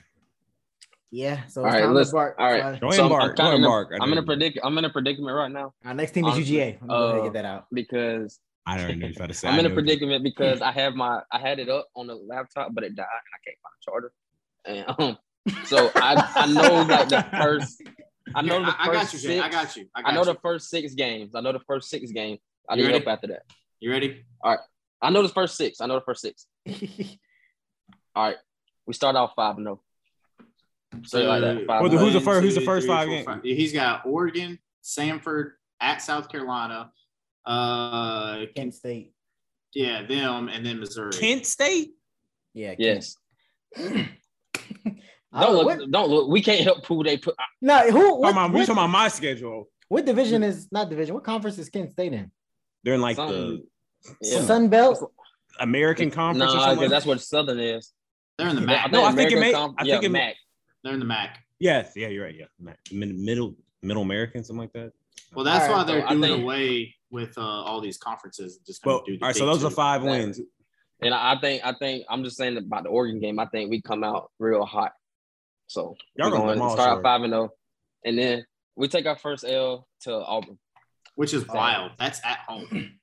Speaker 4: Yeah. So
Speaker 6: All
Speaker 4: it's
Speaker 6: right,
Speaker 4: time to
Speaker 6: let's-
Speaker 4: bark.
Speaker 6: all right.
Speaker 4: So
Speaker 9: Go ahead,
Speaker 6: So I'm-
Speaker 9: bark.
Speaker 6: I'm
Speaker 9: Go
Speaker 6: kinda
Speaker 9: ahead,
Speaker 6: in a-
Speaker 9: bark. I
Speaker 6: I'm in a
Speaker 9: didn't-
Speaker 6: predict. I'm in a predicament right now
Speaker 4: our next team
Speaker 6: Honestly,
Speaker 4: is UGA. I'm gonna go ahead and
Speaker 6: uh,
Speaker 4: get that out.
Speaker 6: because
Speaker 9: I already knew you about to say.
Speaker 6: I'm in
Speaker 9: I
Speaker 6: a
Speaker 9: knew it.
Speaker 6: predicament because I have my I had it up on the laptop, but it died and I can't find a charger. And um, so I I know like the first I know
Speaker 5: Yeah,
Speaker 6: the first
Speaker 5: I, I got you, Jay.
Speaker 6: six,
Speaker 5: I got you. I got
Speaker 6: I know
Speaker 5: you.
Speaker 6: the first six games. I know the first six games. I
Speaker 5: You
Speaker 6: didn't
Speaker 5: ready?
Speaker 6: up after that.
Speaker 5: you ready?
Speaker 6: I know the first six. I know the first six. All right, we start off five and oh. zero. So like that. Five
Speaker 9: Well,
Speaker 6: and
Speaker 9: the-
Speaker 6: oh.
Speaker 9: who's the
Speaker 5: One,
Speaker 9: first- who's the
Speaker 5: two,
Speaker 9: first
Speaker 5: three,
Speaker 9: five
Speaker 5: four,
Speaker 9: game?
Speaker 5: five. He's got Oregon, Sanford, at South Carolina, uh, Ken-
Speaker 4: Kent State.
Speaker 5: yeah, them, and then Missouri.
Speaker 8: Kent State.
Speaker 4: Yeah. Kent.
Speaker 6: Yes.
Speaker 4: I don't
Speaker 6: Don't
Speaker 4: know,
Speaker 6: look.
Speaker 4: what-
Speaker 6: Don't look. We can't help who they put.
Speaker 4: No, who?
Speaker 8: Talking
Speaker 4: What,
Speaker 8: about, we
Speaker 4: what-
Speaker 8: talking about my schedule.
Speaker 4: what division is not division? What conference is Kent State in?
Speaker 8: They're in like the
Speaker 6: Something. Yeah.
Speaker 4: Sun Belt.
Speaker 8: American Conference or
Speaker 6: Nah, because
Speaker 8: something. Like
Speaker 6: that's
Speaker 8: that.
Speaker 6: what Southern is.
Speaker 5: They're in the
Speaker 6: Yeah,
Speaker 5: MAC.
Speaker 8: No, I think it
Speaker 6: American
Speaker 8: may-
Speaker 6: Conf-
Speaker 8: I
Speaker 6: yeah,
Speaker 8: think it-
Speaker 6: Mac.
Speaker 5: They're in the MAC.
Speaker 8: Yes, yeah, you're right. Yeah, Ma- mid- middle middle American, something like that.
Speaker 5: Well, that's
Speaker 4: All right,
Speaker 5: why they're
Speaker 6: so I
Speaker 5: doing
Speaker 6: think-
Speaker 5: away with uh, all these conferences. and Just gonna
Speaker 8: Well, all
Speaker 5: do the
Speaker 8: right. So
Speaker 5: big
Speaker 8: those are
Speaker 5: two.
Speaker 8: five
Speaker 6: That-
Speaker 8: wins.
Speaker 6: And I I think I think I'm just saying about the Oregon game. I think we come out real hot. So
Speaker 8: Y'all
Speaker 6: we're
Speaker 8: gonna
Speaker 6: going to
Speaker 8: demolish
Speaker 6: start
Speaker 8: Oregon.
Speaker 6: out five and zero, and then we take our first L to Auburn.
Speaker 5: which is wild. That's at home.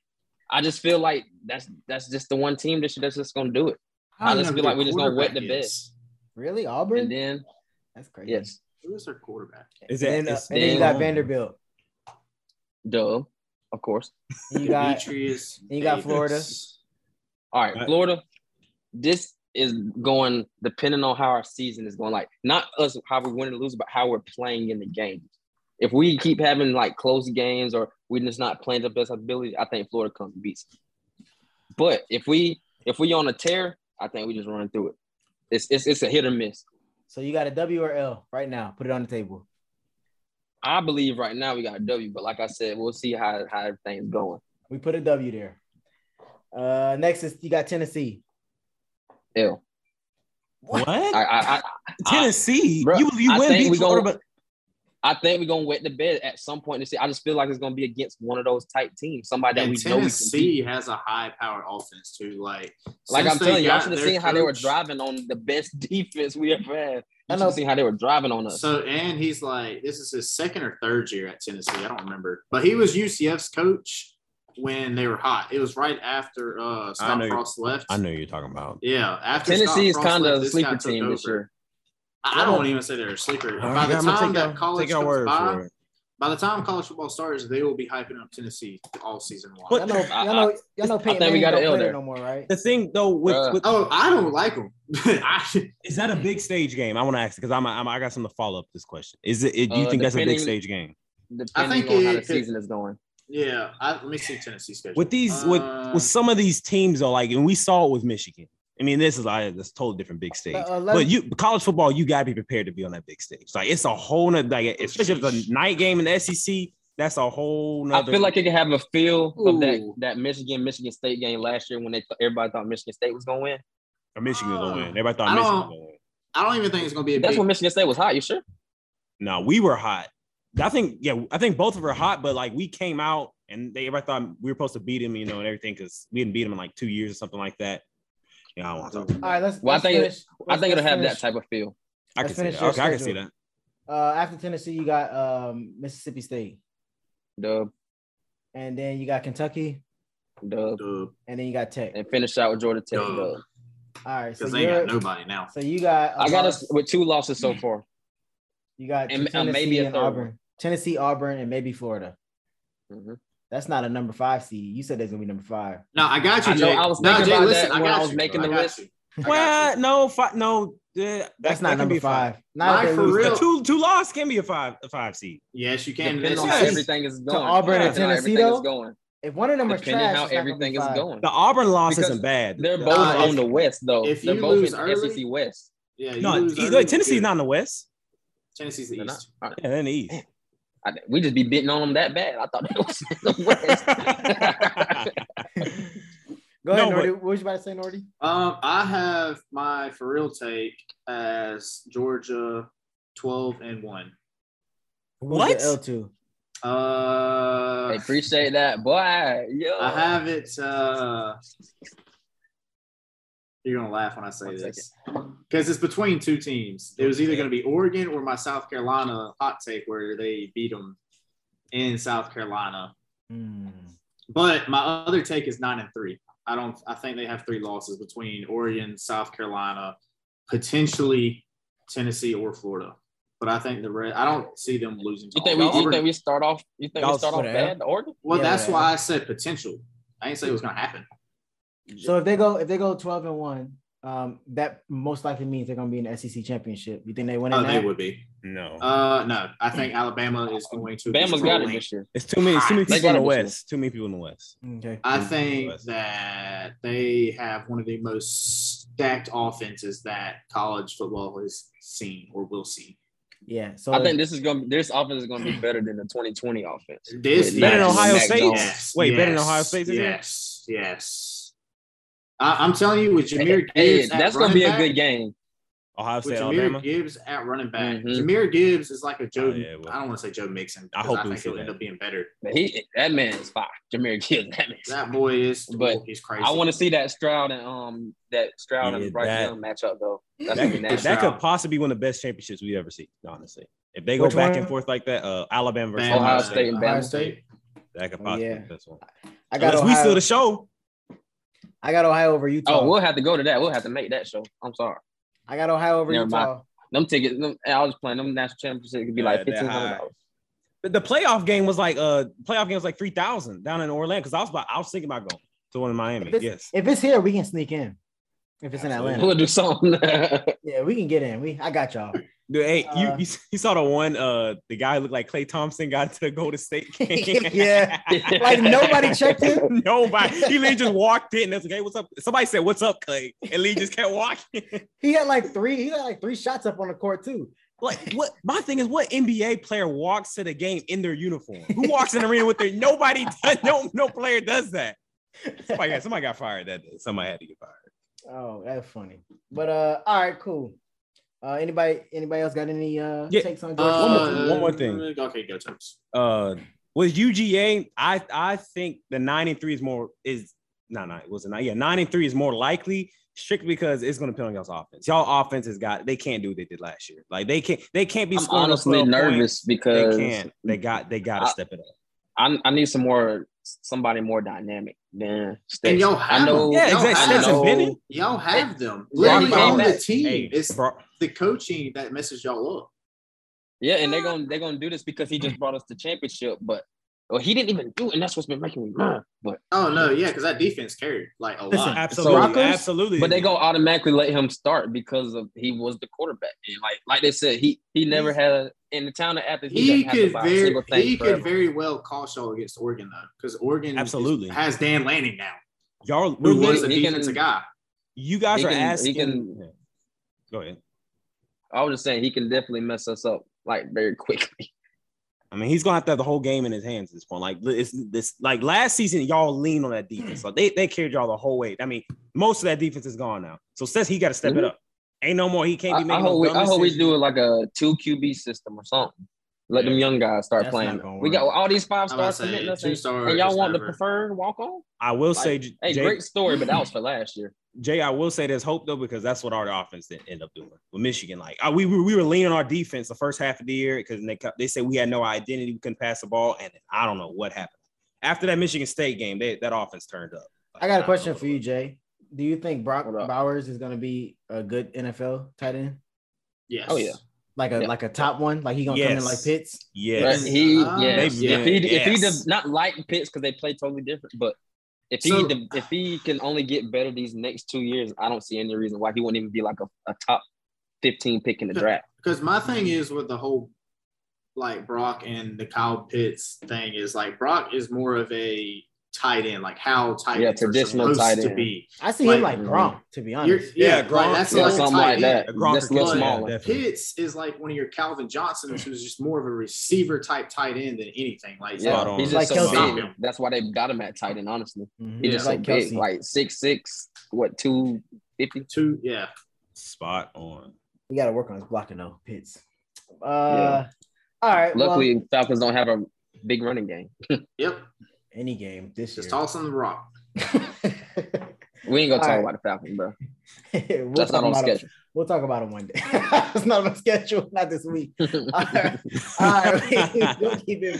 Speaker 6: I just feel like that's that's just the one team this year that's just going to do it. I
Speaker 5: don't
Speaker 6: just
Speaker 5: know
Speaker 6: feel
Speaker 5: who
Speaker 6: like we
Speaker 5: their
Speaker 6: just gonna wet the
Speaker 5: quarterback
Speaker 6: bed.
Speaker 5: is.
Speaker 4: Really,
Speaker 6: And
Speaker 4: Auburn?
Speaker 6: then
Speaker 4: That's crazy.
Speaker 6: yes,
Speaker 5: Who is their quarterback?
Speaker 8: Is
Speaker 4: and
Speaker 8: that-
Speaker 4: then, uh,
Speaker 8: is-
Speaker 4: and then you
Speaker 6: then-
Speaker 4: got Vanderbilt.
Speaker 6: duh, of course.
Speaker 4: And you got
Speaker 5: Demetrius.
Speaker 4: and you got Florida.
Speaker 5: Davis.
Speaker 6: All right,
Speaker 8: Right.
Speaker 6: Florida. This is going depending on how our season is going. Like not us how we win and lose, but how we're playing in the games. If we keep having like close games or we just not playing to the best ability, I think Florida comes and beats. us. But if we if we on a tear, I think we just run through it. It's it's, it's a hit or miss.
Speaker 4: so you got a W or L right now. Put it on the table.
Speaker 6: I believe right now we got a W, but like I said, we'll see how how everything's going.
Speaker 4: We put a W there. Uh, next is you got Tennessee.
Speaker 6: Ew.
Speaker 8: What?
Speaker 6: I I, I
Speaker 8: Tennessee.
Speaker 6: Bruh,
Speaker 8: you you
Speaker 6: I
Speaker 8: win
Speaker 6: think
Speaker 8: beat
Speaker 6: we
Speaker 8: Florida,
Speaker 6: gonna-
Speaker 8: but
Speaker 6: I think we're gonna wet the bed at some point this year. I just feel like it's gonna be against one of those type teams, somebody that
Speaker 5: And
Speaker 6: we know we can beat.
Speaker 5: Tennessee has a high-powered offense too. Like,
Speaker 6: Like
Speaker 5: since
Speaker 6: I'm
Speaker 5: they
Speaker 6: telling you, I
Speaker 5: got
Speaker 6: should have
Speaker 5: their
Speaker 6: seen how they were
Speaker 5: coach-
Speaker 6: driving on the best defense we ever had.
Speaker 4: I
Speaker 6: I
Speaker 4: know.
Speaker 6: know. See how they were driving on us.
Speaker 5: So, and he's like, this is his second or third year at Tennessee. I don't remember, but he was UCF's coach when they were hot. It was right after uh, Scott
Speaker 8: know-
Speaker 5: Frost left.
Speaker 8: I know you're talking about.
Speaker 5: Yeah, after
Speaker 6: Tennessee is
Speaker 5: Scott Frost
Speaker 6: kind
Speaker 5: left,
Speaker 6: of a
Speaker 5: this guy
Speaker 6: sleeper
Speaker 5: took
Speaker 6: team this
Speaker 5: over.
Speaker 6: year.
Speaker 5: I I don't even say they're a sleeper.
Speaker 8: All
Speaker 5: By
Speaker 8: right,
Speaker 5: the
Speaker 8: I'm gonna
Speaker 5: time
Speaker 8: take
Speaker 5: that
Speaker 8: y'all-
Speaker 5: college
Speaker 8: take our
Speaker 5: comes
Speaker 8: word
Speaker 5: by,
Speaker 8: for it.
Speaker 5: By the time college football starts, they will be hyping up Tennessee all season long.
Speaker 4: Y'all know, y'all know, y'all know Peyton
Speaker 6: I think we
Speaker 4: Manning
Speaker 6: got an
Speaker 4: don't
Speaker 6: L
Speaker 4: play there
Speaker 6: there.
Speaker 4: no more, right?
Speaker 8: The thing though with,
Speaker 6: Bruh.
Speaker 8: with
Speaker 5: oh, I don't like them. I,
Speaker 9: Is that a big stage game? I want to ask because I'm, I'm I got something to follow up this question. Is it? Do you
Speaker 6: Uh,
Speaker 9: think that's a big
Speaker 6: depending-
Speaker 9: stage game?
Speaker 6: depending
Speaker 5: think
Speaker 6: on how
Speaker 5: it-
Speaker 6: the season is going.
Speaker 5: yeah, I, let me see Tennessee schedule.
Speaker 8: with these with
Speaker 5: Uh,
Speaker 8: with some of these teams though, like and we saw it with Michigan. I mean, this is like this totally different big stage.
Speaker 4: Uh, uh, let-
Speaker 8: but you college football, you gotta be prepared to be on that big stage. Like it's a whole nother like especially if it's a night game in the SEC, that's a whole
Speaker 6: I
Speaker 8: nother
Speaker 6: feel like it could have a feel of that
Speaker 5: Ooh.
Speaker 6: that Michigan Michigan State game last year when they th- everybody thought Michigan State was going to win.
Speaker 8: or Michigan gonna win.
Speaker 5: Ah.
Speaker 8: Everybody
Speaker 5: I
Speaker 8: thought Michigan was
Speaker 5: don't-
Speaker 8: gonna win.
Speaker 5: I don't even think it's gonna be a
Speaker 6: That's
Speaker 5: big.
Speaker 6: when Michigan State was hot. You sure?
Speaker 8: No, we were hot. I think, yeah, I think both of her hot, but like we came out and they everybody thought we were supposed to beat him, you know, and everything because we didn't beat him in like two years or something like that. Yeah, I don't want to talk.
Speaker 4: All right, let's.
Speaker 6: Well, I
Speaker 4: let's
Speaker 6: think it-
Speaker 4: finish-
Speaker 6: I
Speaker 4: let's-
Speaker 6: think it'll
Speaker 4: let's
Speaker 6: have that
Speaker 4: finish.
Speaker 6: type of feel.
Speaker 8: I
Speaker 4: Let's
Speaker 8: can see
Speaker 4: finish
Speaker 8: that.
Speaker 4: your
Speaker 8: Okay, I can see
Speaker 4: schedule.
Speaker 8: that.
Speaker 4: Uh, after Tennessee, you got um, Mississippi State,
Speaker 6: Dub,
Speaker 4: and then you got Kentucky,
Speaker 6: dub,
Speaker 5: Because
Speaker 4: and then you got Tech.
Speaker 6: and finish out with Georgia Tech.
Speaker 5: Dub.
Speaker 6: Dub.
Speaker 4: All right, so
Speaker 5: they ain't
Speaker 4: you're,
Speaker 5: got nobody now.
Speaker 4: so you got.
Speaker 6: I got
Speaker 4: a
Speaker 6: us with two losses so far.
Speaker 4: You got
Speaker 6: and-
Speaker 4: Tennessee
Speaker 6: and
Speaker 4: and
Speaker 6: maybe a third
Speaker 4: Auburn,
Speaker 6: one.
Speaker 4: Tennessee, Auburn, and maybe Florida. Mm-hmm.
Speaker 6: Mhm.
Speaker 4: That's not a number five seed. You said there's gonna be number five.
Speaker 5: No, I got you,
Speaker 6: I know,
Speaker 5: Jay.
Speaker 6: I was
Speaker 5: no,
Speaker 6: thinking
Speaker 5: Jay,
Speaker 6: about
Speaker 5: listen,
Speaker 6: that
Speaker 5: I
Speaker 6: when
Speaker 5: got
Speaker 6: I was
Speaker 5: you.
Speaker 6: making
Speaker 5: I
Speaker 6: the
Speaker 5: got
Speaker 6: list.
Speaker 5: you. I got
Speaker 8: Well,
Speaker 5: you.
Speaker 8: no, five, no, uh,
Speaker 4: That's not
Speaker 8: that- that can
Speaker 4: number
Speaker 8: be a
Speaker 4: five.
Speaker 5: Like,
Speaker 4: Not if they
Speaker 5: for
Speaker 4: lose
Speaker 8: The
Speaker 5: real?
Speaker 8: two two loss can be a five a five seed.
Speaker 5: Yes, you can.
Speaker 6: Depending on how
Speaker 8: Yes.
Speaker 6: everything is going.
Speaker 4: Auburn and
Speaker 6: Depending on how
Speaker 4: Tennessee,
Speaker 6: everything is
Speaker 4: though?
Speaker 6: going.
Speaker 4: If one of them are
Speaker 6: Depending
Speaker 4: trash,
Speaker 6: how
Speaker 4: it's not gonna be
Speaker 6: everything is
Speaker 4: five.
Speaker 6: going.
Speaker 8: The Auburn loss
Speaker 6: Because
Speaker 8: isn't bad.
Speaker 6: They're
Speaker 8: The
Speaker 6: both
Speaker 8: Auburn-
Speaker 6: on the West, though.
Speaker 5: if
Speaker 6: They're
Speaker 5: you
Speaker 6: both
Speaker 5: lose
Speaker 6: in
Speaker 5: early-
Speaker 6: SEC West.
Speaker 5: Yeah, you
Speaker 8: no,
Speaker 5: lose
Speaker 8: e-
Speaker 5: early,
Speaker 8: look,
Speaker 5: you
Speaker 8: Tennessee's
Speaker 5: good.
Speaker 8: not in the West.
Speaker 5: Tennessee's the
Speaker 6: They're not-
Speaker 5: East.
Speaker 6: all right.
Speaker 8: Yeah, they're in the East.
Speaker 6: I, we just be biting on them that bad. I thought they was in the West.
Speaker 4: Go ahead,
Speaker 8: No, but-
Speaker 4: Nordy. What was you about to say, Nordy?
Speaker 5: Um, I have my for real take as Georgia twelve and one.
Speaker 4: L
Speaker 8: What?
Speaker 4: two.
Speaker 6: I
Speaker 5: Uh,
Speaker 6: appreciate that, boy. Yo,
Speaker 5: I have it. Uh, you're gonna laugh when I say
Speaker 6: One
Speaker 5: this because it's between two teams. It was either gonna be Oregon or my South Carolina hot take where they beat them in South Carolina.
Speaker 4: Hmm.
Speaker 5: But my other take is nine and three. I don't. I think they have three losses between Oregon, South Carolina, potentially Tennessee or Florida. But I think the red. I don't see them losing. to
Speaker 6: you think we?
Speaker 5: Auburn.
Speaker 6: You think we start off? You think we
Speaker 8: Y'all
Speaker 6: start off
Speaker 4: split it up?
Speaker 6: bad, Oregon?
Speaker 5: well,
Speaker 4: Yeah,
Speaker 5: that's
Speaker 4: yeah.
Speaker 5: why I said potential. I ain't say it was gonna happen.
Speaker 4: So if they go, if they go twelve and one, um, that most likely means they're gonna be in the SEC championship. You think they win?
Speaker 5: Oh,
Speaker 4: in
Speaker 5: they
Speaker 4: that?
Speaker 5: would be.
Speaker 9: No.
Speaker 5: Uh, no. I think Alabama is going to. be
Speaker 6: Bama's got it
Speaker 5: rolling.
Speaker 6: this year.
Speaker 8: It's too many. It's too many
Speaker 6: They
Speaker 8: people in
Speaker 6: got
Speaker 8: the
Speaker 6: it this year.
Speaker 8: West. Too many people in the West.
Speaker 4: Okay.
Speaker 5: I
Speaker 8: Mhm.
Speaker 5: think
Speaker 8: Yes.
Speaker 5: that they have one of the most stacked offenses that college football has seen or will see.
Speaker 4: Yeah. So
Speaker 6: I think this is gonna. This offense is gonna be better than the 2020 offense.
Speaker 5: This
Speaker 6: With
Speaker 8: Better than
Speaker 6: Mac-
Speaker 8: Ohio
Speaker 6: Mac
Speaker 8: State?
Speaker 6: Jones.
Speaker 8: Wait, better than Ohio State this year?
Speaker 5: Yes, yes. I, I'm telling you, with Jameer
Speaker 6: Hey,
Speaker 5: Gibbs, at
Speaker 6: that's gonna
Speaker 5: running
Speaker 6: be a
Speaker 5: back-
Speaker 6: good game.
Speaker 8: Ohio State,
Speaker 5: With
Speaker 8: Alabama.
Speaker 5: Jameer Gibbs at running back,
Speaker 6: Mhm.
Speaker 5: Jameer Gibbs is like a Joe.
Speaker 8: Oh, yeah, well.
Speaker 5: I don't want to say Joe Mixon.
Speaker 8: I
Speaker 5: because
Speaker 8: hope
Speaker 5: I
Speaker 8: we
Speaker 5: think
Speaker 8: see
Speaker 5: he'll end
Speaker 8: that.
Speaker 5: up being better.
Speaker 6: But he, that man is fire. Jameer Gibbs, that man. is
Speaker 5: That boy is,
Speaker 6: But
Speaker 5: he's crazy.
Speaker 6: I want to see that Stroud and um that Stroud
Speaker 8: Yeah,
Speaker 6: and Bryce
Speaker 8: that-
Speaker 6: Young matchup though. That's
Speaker 8: That
Speaker 6: gonna be
Speaker 8: could,
Speaker 6: nasty.
Speaker 8: that could possibly be one of the best championships we ever see, honestly. If they go
Speaker 4: Which
Speaker 8: back
Speaker 4: one?
Speaker 8: and forth like that, uh, Alabama versus
Speaker 5: Bama,
Speaker 6: Ohio State and
Speaker 5: Ohio
Speaker 6: Bama.
Speaker 5: State.
Speaker 8: that could
Speaker 4: Oh,
Speaker 8: possibly
Speaker 4: yeah.
Speaker 8: be the best one.
Speaker 4: I got
Speaker 8: Unless
Speaker 4: Ohio.
Speaker 8: we still the show.
Speaker 4: I got Ohio over Utah.
Speaker 6: Oh, we'll have to go to that. We'll have to make that show. I'm sorry.
Speaker 4: I got Ohio over
Speaker 6: Never mind.
Speaker 4: Utah.
Speaker 6: Them tickets, them, I was playing them national championship could be
Speaker 8: Yeah,
Speaker 6: like
Speaker 8: they're
Speaker 6: fifteen hundred dollars.
Speaker 8: But the playoff game was like uh playoff game was like three thousand down in Orlando because I was about I was thinking about going to one in Miami.
Speaker 4: If it's,
Speaker 8: yes.
Speaker 4: if it's here, we can sneak in. If it's in
Speaker 8: Absolutely.
Speaker 4: Atlanta,
Speaker 6: We'll do something.
Speaker 4: yeah, we can get in. We I got y'all.
Speaker 8: Dude, hey,
Speaker 4: Uh,
Speaker 8: you, you you saw the one uh the guy who looked like Clay Thompson got to go to state game.
Speaker 4: Yeah. Like nobody checked in.
Speaker 8: Nobody. He literally just walked in. That's like, hey, what's up? Somebody said, "What's up, Clay?" And Lee just kept walking.
Speaker 4: He had like three. He had like three shots up on the court too.
Speaker 8: Like what? My thing is, what NBA player walks to the game in their uniform? Who walks in the arena with their nobody? Does, no, no player does that. Somebody got, somebody got fired that day. Somebody had to get fired.
Speaker 4: Oh, that's funny. But uh, all right, cool. Uh, anybody, anybody else got any uh
Speaker 8: Yeah.
Speaker 4: takes on Georgia?
Speaker 8: One more-
Speaker 5: Uh,
Speaker 8: one more thing.
Speaker 5: Okay, go Terps.
Speaker 8: Uh, was UGA? I I think the nine and three is more is no no it was not yeah nine and three is more likely strictly because it's going to depend on y'all's offense. Y'all offense has got they can't do what they did last year. Like they can't they can't be
Speaker 6: I'm
Speaker 8: scoring
Speaker 6: honestly
Speaker 8: 12
Speaker 6: nervous
Speaker 8: points.
Speaker 6: because
Speaker 8: They can't. They got they got to
Speaker 6: I-
Speaker 8: step it up.
Speaker 6: I, I need some more somebody more dynamic than Stetson.
Speaker 5: And y'all
Speaker 6: I
Speaker 5: have
Speaker 6: know.
Speaker 5: him. Yeah,
Speaker 8: Yeah,
Speaker 5: Y'all
Speaker 8: exactly.
Speaker 5: have-
Speaker 8: Stetson Bennett.
Speaker 5: Y'all have them
Speaker 6: Brock
Speaker 5: literally on
Speaker 6: Bowers.
Speaker 5: the team.
Speaker 8: Hey,
Speaker 5: It's
Speaker 8: Brock-
Speaker 5: the coaching that messes y'all up.
Speaker 6: Yeah, and they're gonna they're gonna do this because he just brought us the championship, but well, he didn't even do it, and that's what's been making me mad. But
Speaker 5: Oh no, yeah, because that defense carried like a
Speaker 6: Listen,
Speaker 5: lot.
Speaker 6: absolutely, Broncos,
Speaker 8: absolutely.
Speaker 6: but they gonna automatically let him start because of he was the quarterback, and like like they said, he he never had a, in the town of Athens.
Speaker 5: He
Speaker 6: doesn't have to
Speaker 5: could
Speaker 6: buy a
Speaker 5: very
Speaker 6: single thing
Speaker 5: he could
Speaker 6: forever.
Speaker 5: very well call show against Oregon though, because Oregon
Speaker 8: Absolutely.
Speaker 5: is- has Dan Lanning now,
Speaker 8: Y'all,
Speaker 5: who
Speaker 8: we're
Speaker 5: was a
Speaker 8: lit-
Speaker 6: he can-
Speaker 5: defensive guy.
Speaker 8: you guys
Speaker 6: he
Speaker 8: are
Speaker 6: can- he
Speaker 8: asking.
Speaker 6: can-
Speaker 8: Go ahead.
Speaker 6: I was just saying he can definitely mess us up like very quickly.
Speaker 8: I mean, he's gonna have to have the whole game in his hands at this point. Like li- it's this, like last season, y'all leaned on that defense. Like they, they carried y'all the whole way. I mean, most of that defense is gone now. So says he got to step it
Speaker 6: Mhm.
Speaker 8: up. Ain't no more. He can't
Speaker 6: I,
Speaker 8: be
Speaker 6: I
Speaker 8: making.
Speaker 6: hope,
Speaker 8: no
Speaker 6: we,
Speaker 8: dumb
Speaker 6: I hope we
Speaker 8: decisions.
Speaker 6: do it like a two QB system or something. Let them young guys start
Speaker 10: That's not gonna
Speaker 6: playing. We got
Speaker 10: work.
Speaker 6: all these five
Speaker 5: I'm about
Speaker 6: stars
Speaker 5: to say
Speaker 6: committing us,
Speaker 5: two
Speaker 6: and,
Speaker 5: star.
Speaker 6: and y'all
Speaker 5: is
Speaker 6: want the
Speaker 5: never-
Speaker 6: preferred walk on.
Speaker 8: I will
Speaker 6: Like,
Speaker 8: say, J-
Speaker 6: Hey,
Speaker 8: Jay,
Speaker 6: great story, but that was for last year.
Speaker 8: Jay, I will say there's hope though because that's what our offense did end up doing with Michigan. Like I, we were- we were leaning on our defense the first half of the year because they kept- they said we had no identity, we couldn't pass the ball, and I don't know what happened after that Michigan State game. They, that offense turned up.
Speaker 4: I got
Speaker 8: don't
Speaker 4: a
Speaker 8: know
Speaker 4: question
Speaker 8: what
Speaker 4: for
Speaker 8: it
Speaker 4: you,
Speaker 8: was.
Speaker 4: Jay. Do you think Brock
Speaker 6: What uh, up?
Speaker 4: Bowers is gonna be a good NFL tight end?
Speaker 5: Yes.
Speaker 6: Oh, yeah.
Speaker 4: Like a
Speaker 6: Yeah.
Speaker 4: like a top one? Like he gonna come in like
Speaker 8: Yes.
Speaker 4: Pitts?
Speaker 8: Yes.
Speaker 6: Right? He,
Speaker 5: Ah,
Speaker 6: yes.
Speaker 8: maybe.
Speaker 6: If he, if he
Speaker 8: Yes.
Speaker 6: did not like Pitts because they play totally different, but if he,
Speaker 5: So-
Speaker 6: de- if he can only get better these next two years, I don't see any reason why he wouldn't even be like a, a top fifteen pick in the draft.
Speaker 5: Because my thing is with the whole like Brock and the Kyle Pitts thing is like Brock is more of a tight end, like how tight
Speaker 6: Yeah,
Speaker 5: ends are
Speaker 6: traditional
Speaker 5: supposed
Speaker 6: tight
Speaker 5: to
Speaker 6: end.
Speaker 5: be.
Speaker 4: I see him
Speaker 5: Like-
Speaker 4: like
Speaker 6: mm-hmm.
Speaker 4: Gronk, to be
Speaker 5: You're,
Speaker 4: honest.
Speaker 5: yeah,
Speaker 8: Yeah,
Speaker 5: right.
Speaker 8: Gronk,
Speaker 5: That's
Speaker 6: yeah,
Speaker 5: like a
Speaker 6: something
Speaker 5: tight
Speaker 6: like
Speaker 5: end.
Speaker 6: that.
Speaker 8: A Gronk
Speaker 6: Just a
Speaker 8: or
Speaker 6: little
Speaker 5: Kittle, yeah,
Speaker 6: smaller.
Speaker 8: definitely.
Speaker 5: Pitts is like one of your Calvin Johnsons, who's just more of a receiver type tight end than anything. Like
Speaker 8: Spot
Speaker 6: Yeah,
Speaker 8: on.
Speaker 6: he's
Speaker 4: Like
Speaker 6: just so
Speaker 4: Kelsey.
Speaker 6: big. That's why they got him at tight end, honestly.
Speaker 4: Mhm.
Speaker 6: He
Speaker 5: Yeah.
Speaker 6: just so
Speaker 4: Like
Speaker 6: big,
Speaker 4: Kelsey.
Speaker 6: like six six, what two fifty?
Speaker 5: two, yeah.
Speaker 8: Spot on.
Speaker 4: We gotta work on his blocking though, Pitts. Uh all right.
Speaker 6: Luckily,
Speaker 4: well,
Speaker 6: Falcons don't have a big running game.
Speaker 5: Yep.
Speaker 4: any game this
Speaker 5: Just
Speaker 4: year.
Speaker 5: toss on the rock.
Speaker 6: We ain't gonna talk
Speaker 4: All right.
Speaker 6: about the Falcons, bro.
Speaker 4: We'll
Speaker 6: That's
Speaker 4: talk
Speaker 6: not on
Speaker 4: about it-
Speaker 6: schedule.
Speaker 4: We'll talk about it one day. That's not on schedule. Not this week. All right. All right. we'll keep it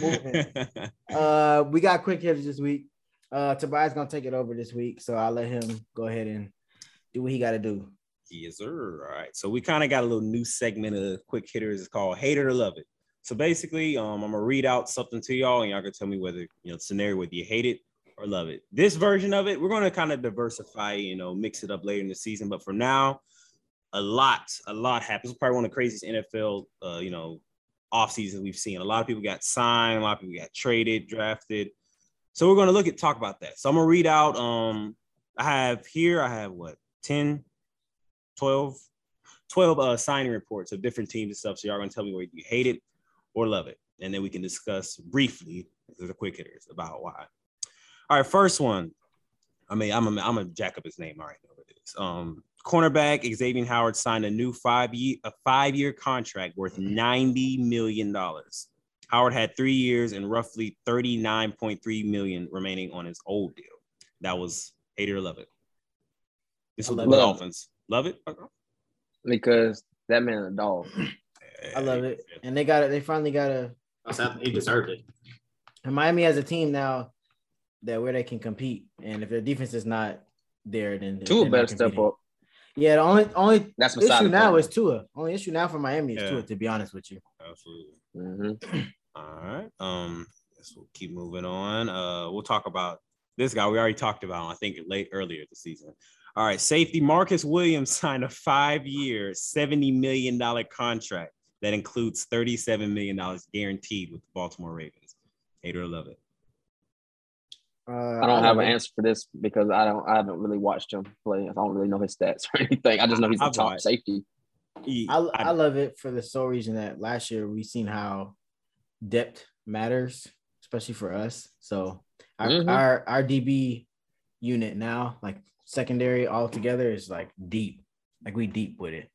Speaker 4: moving. Uh, we got quick hitters this week. Uh, Tobias gonna take it over this week, so I'll let him go ahead and do what he got to do.
Speaker 8: Yes, sir. All right. So we kind of got a little new segment of quick hitters. It's called Hate It or Love It. So basically, um, I'm gonna read out something to y'all, and y'all can tell me whether you know the scenario whether you hate it or love it. This version of it, we're gonna kind of diversify, you know, mix it up later in the season. But for now, a lot, a lot happens. Probably one of the craziest NFL, uh, you know, off seasons we've seen. A lot of people got signed, a lot of people got traded, drafted. So we're gonna look at talk about that. So I'm gonna read out. Um, I have here. I have what 10, 12, 12 uh, signing reports of different teams and stuff. So y'all gonna tell me whether you hate it or love it, and then we can discuss briefly with the quick hitters about why. All right, first one. I mean, I'm a, I'm gonna jack up his name. All right, know what it is. Um, cornerback Xavier Howard signed a new five year a five year contract worth ninety million dollars. Howard had three years and roughly thirty nine point three million remaining on his old deal. That was hate it or love it. This
Speaker 4: I
Speaker 8: was the
Speaker 4: love
Speaker 6: it.
Speaker 8: Dolphins. Love it. Okay.
Speaker 6: Because that man a dog.
Speaker 4: I love it, and they got it. They finally got a.
Speaker 5: I said He deserved it.
Speaker 4: And Miami has a team now that where they can compete, and if their defense is not there, then they're
Speaker 6: Two
Speaker 4: not
Speaker 6: better step
Speaker 4: competing.
Speaker 6: up.
Speaker 4: Yeah, the only only
Speaker 6: That's beside
Speaker 4: issue
Speaker 6: the
Speaker 4: now
Speaker 6: point.
Speaker 4: is Tua. Only issue now for Miami is
Speaker 8: Yeah.
Speaker 4: Tua. To be honest with you,
Speaker 8: Absolutely.
Speaker 6: Mhm.
Speaker 8: All right. Um, guess we'll keep moving on. Uh, we'll talk about this guy we already talked about. I think late earlier this season. All right, safety Marcus Williams signed a five-year, seventy million dollar contract that includes thirty-seven million dollars guaranteed with the Baltimore Ravens. Hate or love it?
Speaker 4: uh,
Speaker 6: I don't have
Speaker 4: love
Speaker 6: an
Speaker 4: it.
Speaker 6: answer for this because I don't. I haven't really watched him play. I don't really know his stats or anything. I just know he's a
Speaker 8: I've
Speaker 6: top
Speaker 8: watched.
Speaker 6: safety.
Speaker 8: E-
Speaker 4: I, I love it for the sole reason that last year we seen how depth matters, especially for us. So our
Speaker 6: Mhm.
Speaker 4: our, our DB unit now, like secondary all together, is like deep. Like we deep with it.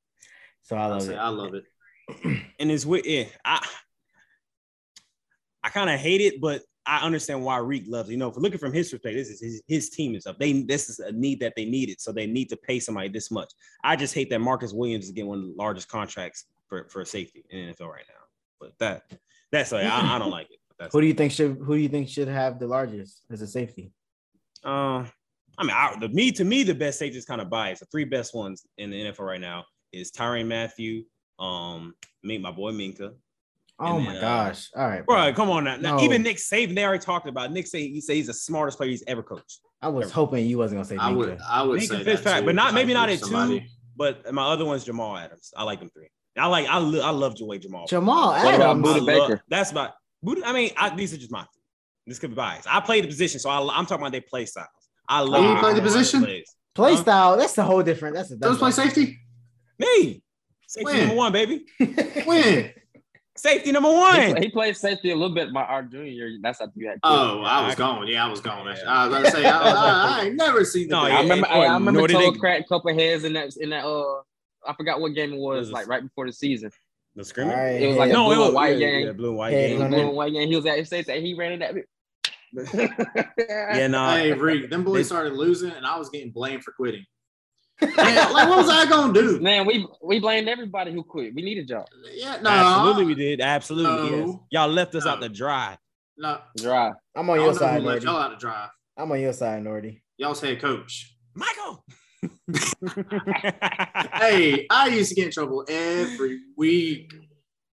Speaker 4: So I
Speaker 6: Oh,
Speaker 5: I
Speaker 4: love
Speaker 5: say
Speaker 4: it.
Speaker 5: I love it.
Speaker 8: and it's with yeah, I I kind of hate it, but I understand why Reek loves it. You know, if we're looking from his perspective, this is his, his team is up. They this is a need that they needed, so they need to pay somebody this much. I just hate that Marcus Williams is getting one of the largest contracts for, for safety in the NFL right now. But that that's like, I, I don't like it. That's
Speaker 4: Who do you think should who do you think should have the largest as a safety?
Speaker 8: um, I mean, I, the me to me the best safety is kind of biased. The three best ones in the NFL right now is Tyrann Matthew, um, me my boy Minka,
Speaker 4: Oh
Speaker 8: And
Speaker 4: my
Speaker 8: then, uh,
Speaker 4: gosh! All right,
Speaker 8: Bro, come on now. now
Speaker 4: No.
Speaker 8: Even Nick Saban, they already talked about it. Nick Saban. He said he's the smartest player he's ever coached.
Speaker 4: I was hoping you wasn't gonna say
Speaker 5: I would, uh,
Speaker 4: Minka.
Speaker 5: I would
Speaker 8: Minka
Speaker 5: say
Speaker 8: fifth
Speaker 5: that
Speaker 8: fact,
Speaker 5: too,
Speaker 8: but not-
Speaker 5: if I
Speaker 8: maybe not
Speaker 5: picked
Speaker 8: at two.
Speaker 5: somebody.
Speaker 8: But my other one's Jamal Adams. I like them three. I like. I lo- I love Jaway Jamal.
Speaker 4: Jamal
Speaker 8: I
Speaker 6: What about
Speaker 4: Adams.
Speaker 6: Buda
Speaker 8: love-
Speaker 6: Baker?
Speaker 8: That's my. Buda, I mean, I, these are just my. Three. This could be biased. I play the position, so I, am talking about their play styles.
Speaker 5: Oh,
Speaker 8: I love.
Speaker 4: He
Speaker 8: how
Speaker 4: played the
Speaker 8: Jamal Adams
Speaker 5: position?
Speaker 8: plays.
Speaker 4: play
Speaker 8: Huh?
Speaker 4: style. That's a whole different. That's a
Speaker 5: Those
Speaker 4: that's
Speaker 5: play safety?
Speaker 8: Me. Safety
Speaker 5: When?
Speaker 8: number one, baby.
Speaker 5: When?
Speaker 8: Safety number
Speaker 6: He,
Speaker 8: one.
Speaker 6: play- he played safety a little bit my our junior year. That's after you had.
Speaker 5: Oh, I was
Speaker 8: I-
Speaker 5: gone. Yeah, I was gone. I was gonna say I, I, I ain't never seen the
Speaker 8: No,
Speaker 5: guy.
Speaker 8: yeah,
Speaker 6: I remember.
Speaker 8: and-
Speaker 6: hey, I
Speaker 8: oh,
Speaker 6: remember
Speaker 8: Notre
Speaker 6: Toe
Speaker 8: Dame.
Speaker 6: cracked a couple heads in that in that uh. I forgot what game it was,
Speaker 8: Was it-
Speaker 6: like right before the season.
Speaker 8: The
Speaker 4: All
Speaker 8: scrimmage.
Speaker 4: right,
Speaker 6: It was like
Speaker 4: yeah.
Speaker 6: a
Speaker 8: No,
Speaker 6: blue
Speaker 8: it was
Speaker 6: and white
Speaker 8: yeah,
Speaker 6: game.
Speaker 8: yeah, blue and white
Speaker 4: Head
Speaker 8: game.
Speaker 6: It was
Speaker 4: Gunner.
Speaker 6: blue and white game. He was at state. State. He ran in that.
Speaker 8: Yeah, nah.
Speaker 5: Hey, Rick, them boys started losing, and I was getting blamed for quitting. Man, like, what was I gonna do?
Speaker 6: Man, we we blamed everybody who quit. We needed y'all.
Speaker 5: Yeah, no,
Speaker 8: Absolutely, we did. Absolutely,
Speaker 5: No.
Speaker 8: yes. Y'all left us out
Speaker 5: No.
Speaker 8: to dry.
Speaker 5: No,
Speaker 6: Dry.
Speaker 4: I'm
Speaker 5: I
Speaker 4: on your
Speaker 5: don't know who
Speaker 4: side,
Speaker 5: let
Speaker 4: Nordy.
Speaker 5: y'all out to dry.
Speaker 4: I'm on your side, Nordy.
Speaker 5: Y'all's head coach.
Speaker 8: Michael.
Speaker 5: Hey, I used to get in trouble every week.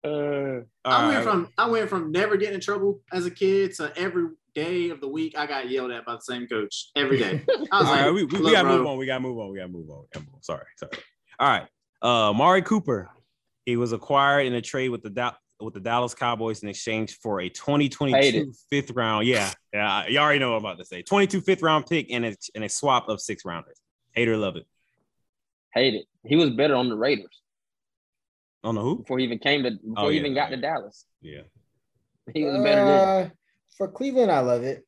Speaker 6: Uh,
Speaker 5: I went from I went from never getting in trouble as a kid to every day of the week I got yelled at by the same coach every day. I was
Speaker 8: All right,
Speaker 5: like,
Speaker 8: we, we, we
Speaker 5: "Look,
Speaker 8: gotta
Speaker 5: bro,
Speaker 8: move on. We gotta move on. We gotta move on. We gotta move on. Sorry, sorry. All right. Uh Mari Cooper. He was acquired in a trade with the Dow- with the Dallas Cowboys in exchange for a 2022
Speaker 6: Hated.
Speaker 8: fifth round. Yeah, yeah. You already know what I'm about to say. 22 fifth round pick and a, and a swap of six rounders. Hater love it.
Speaker 6: hate it. He was better on the Raiders
Speaker 8: I don't know who.
Speaker 6: before he even came to before
Speaker 8: Oh,
Speaker 6: he
Speaker 8: yeah,
Speaker 6: even got
Speaker 8: yeah.
Speaker 6: to Dallas.
Speaker 8: Yeah.
Speaker 6: He was better than
Speaker 4: Uh, for Cleveland, I love it.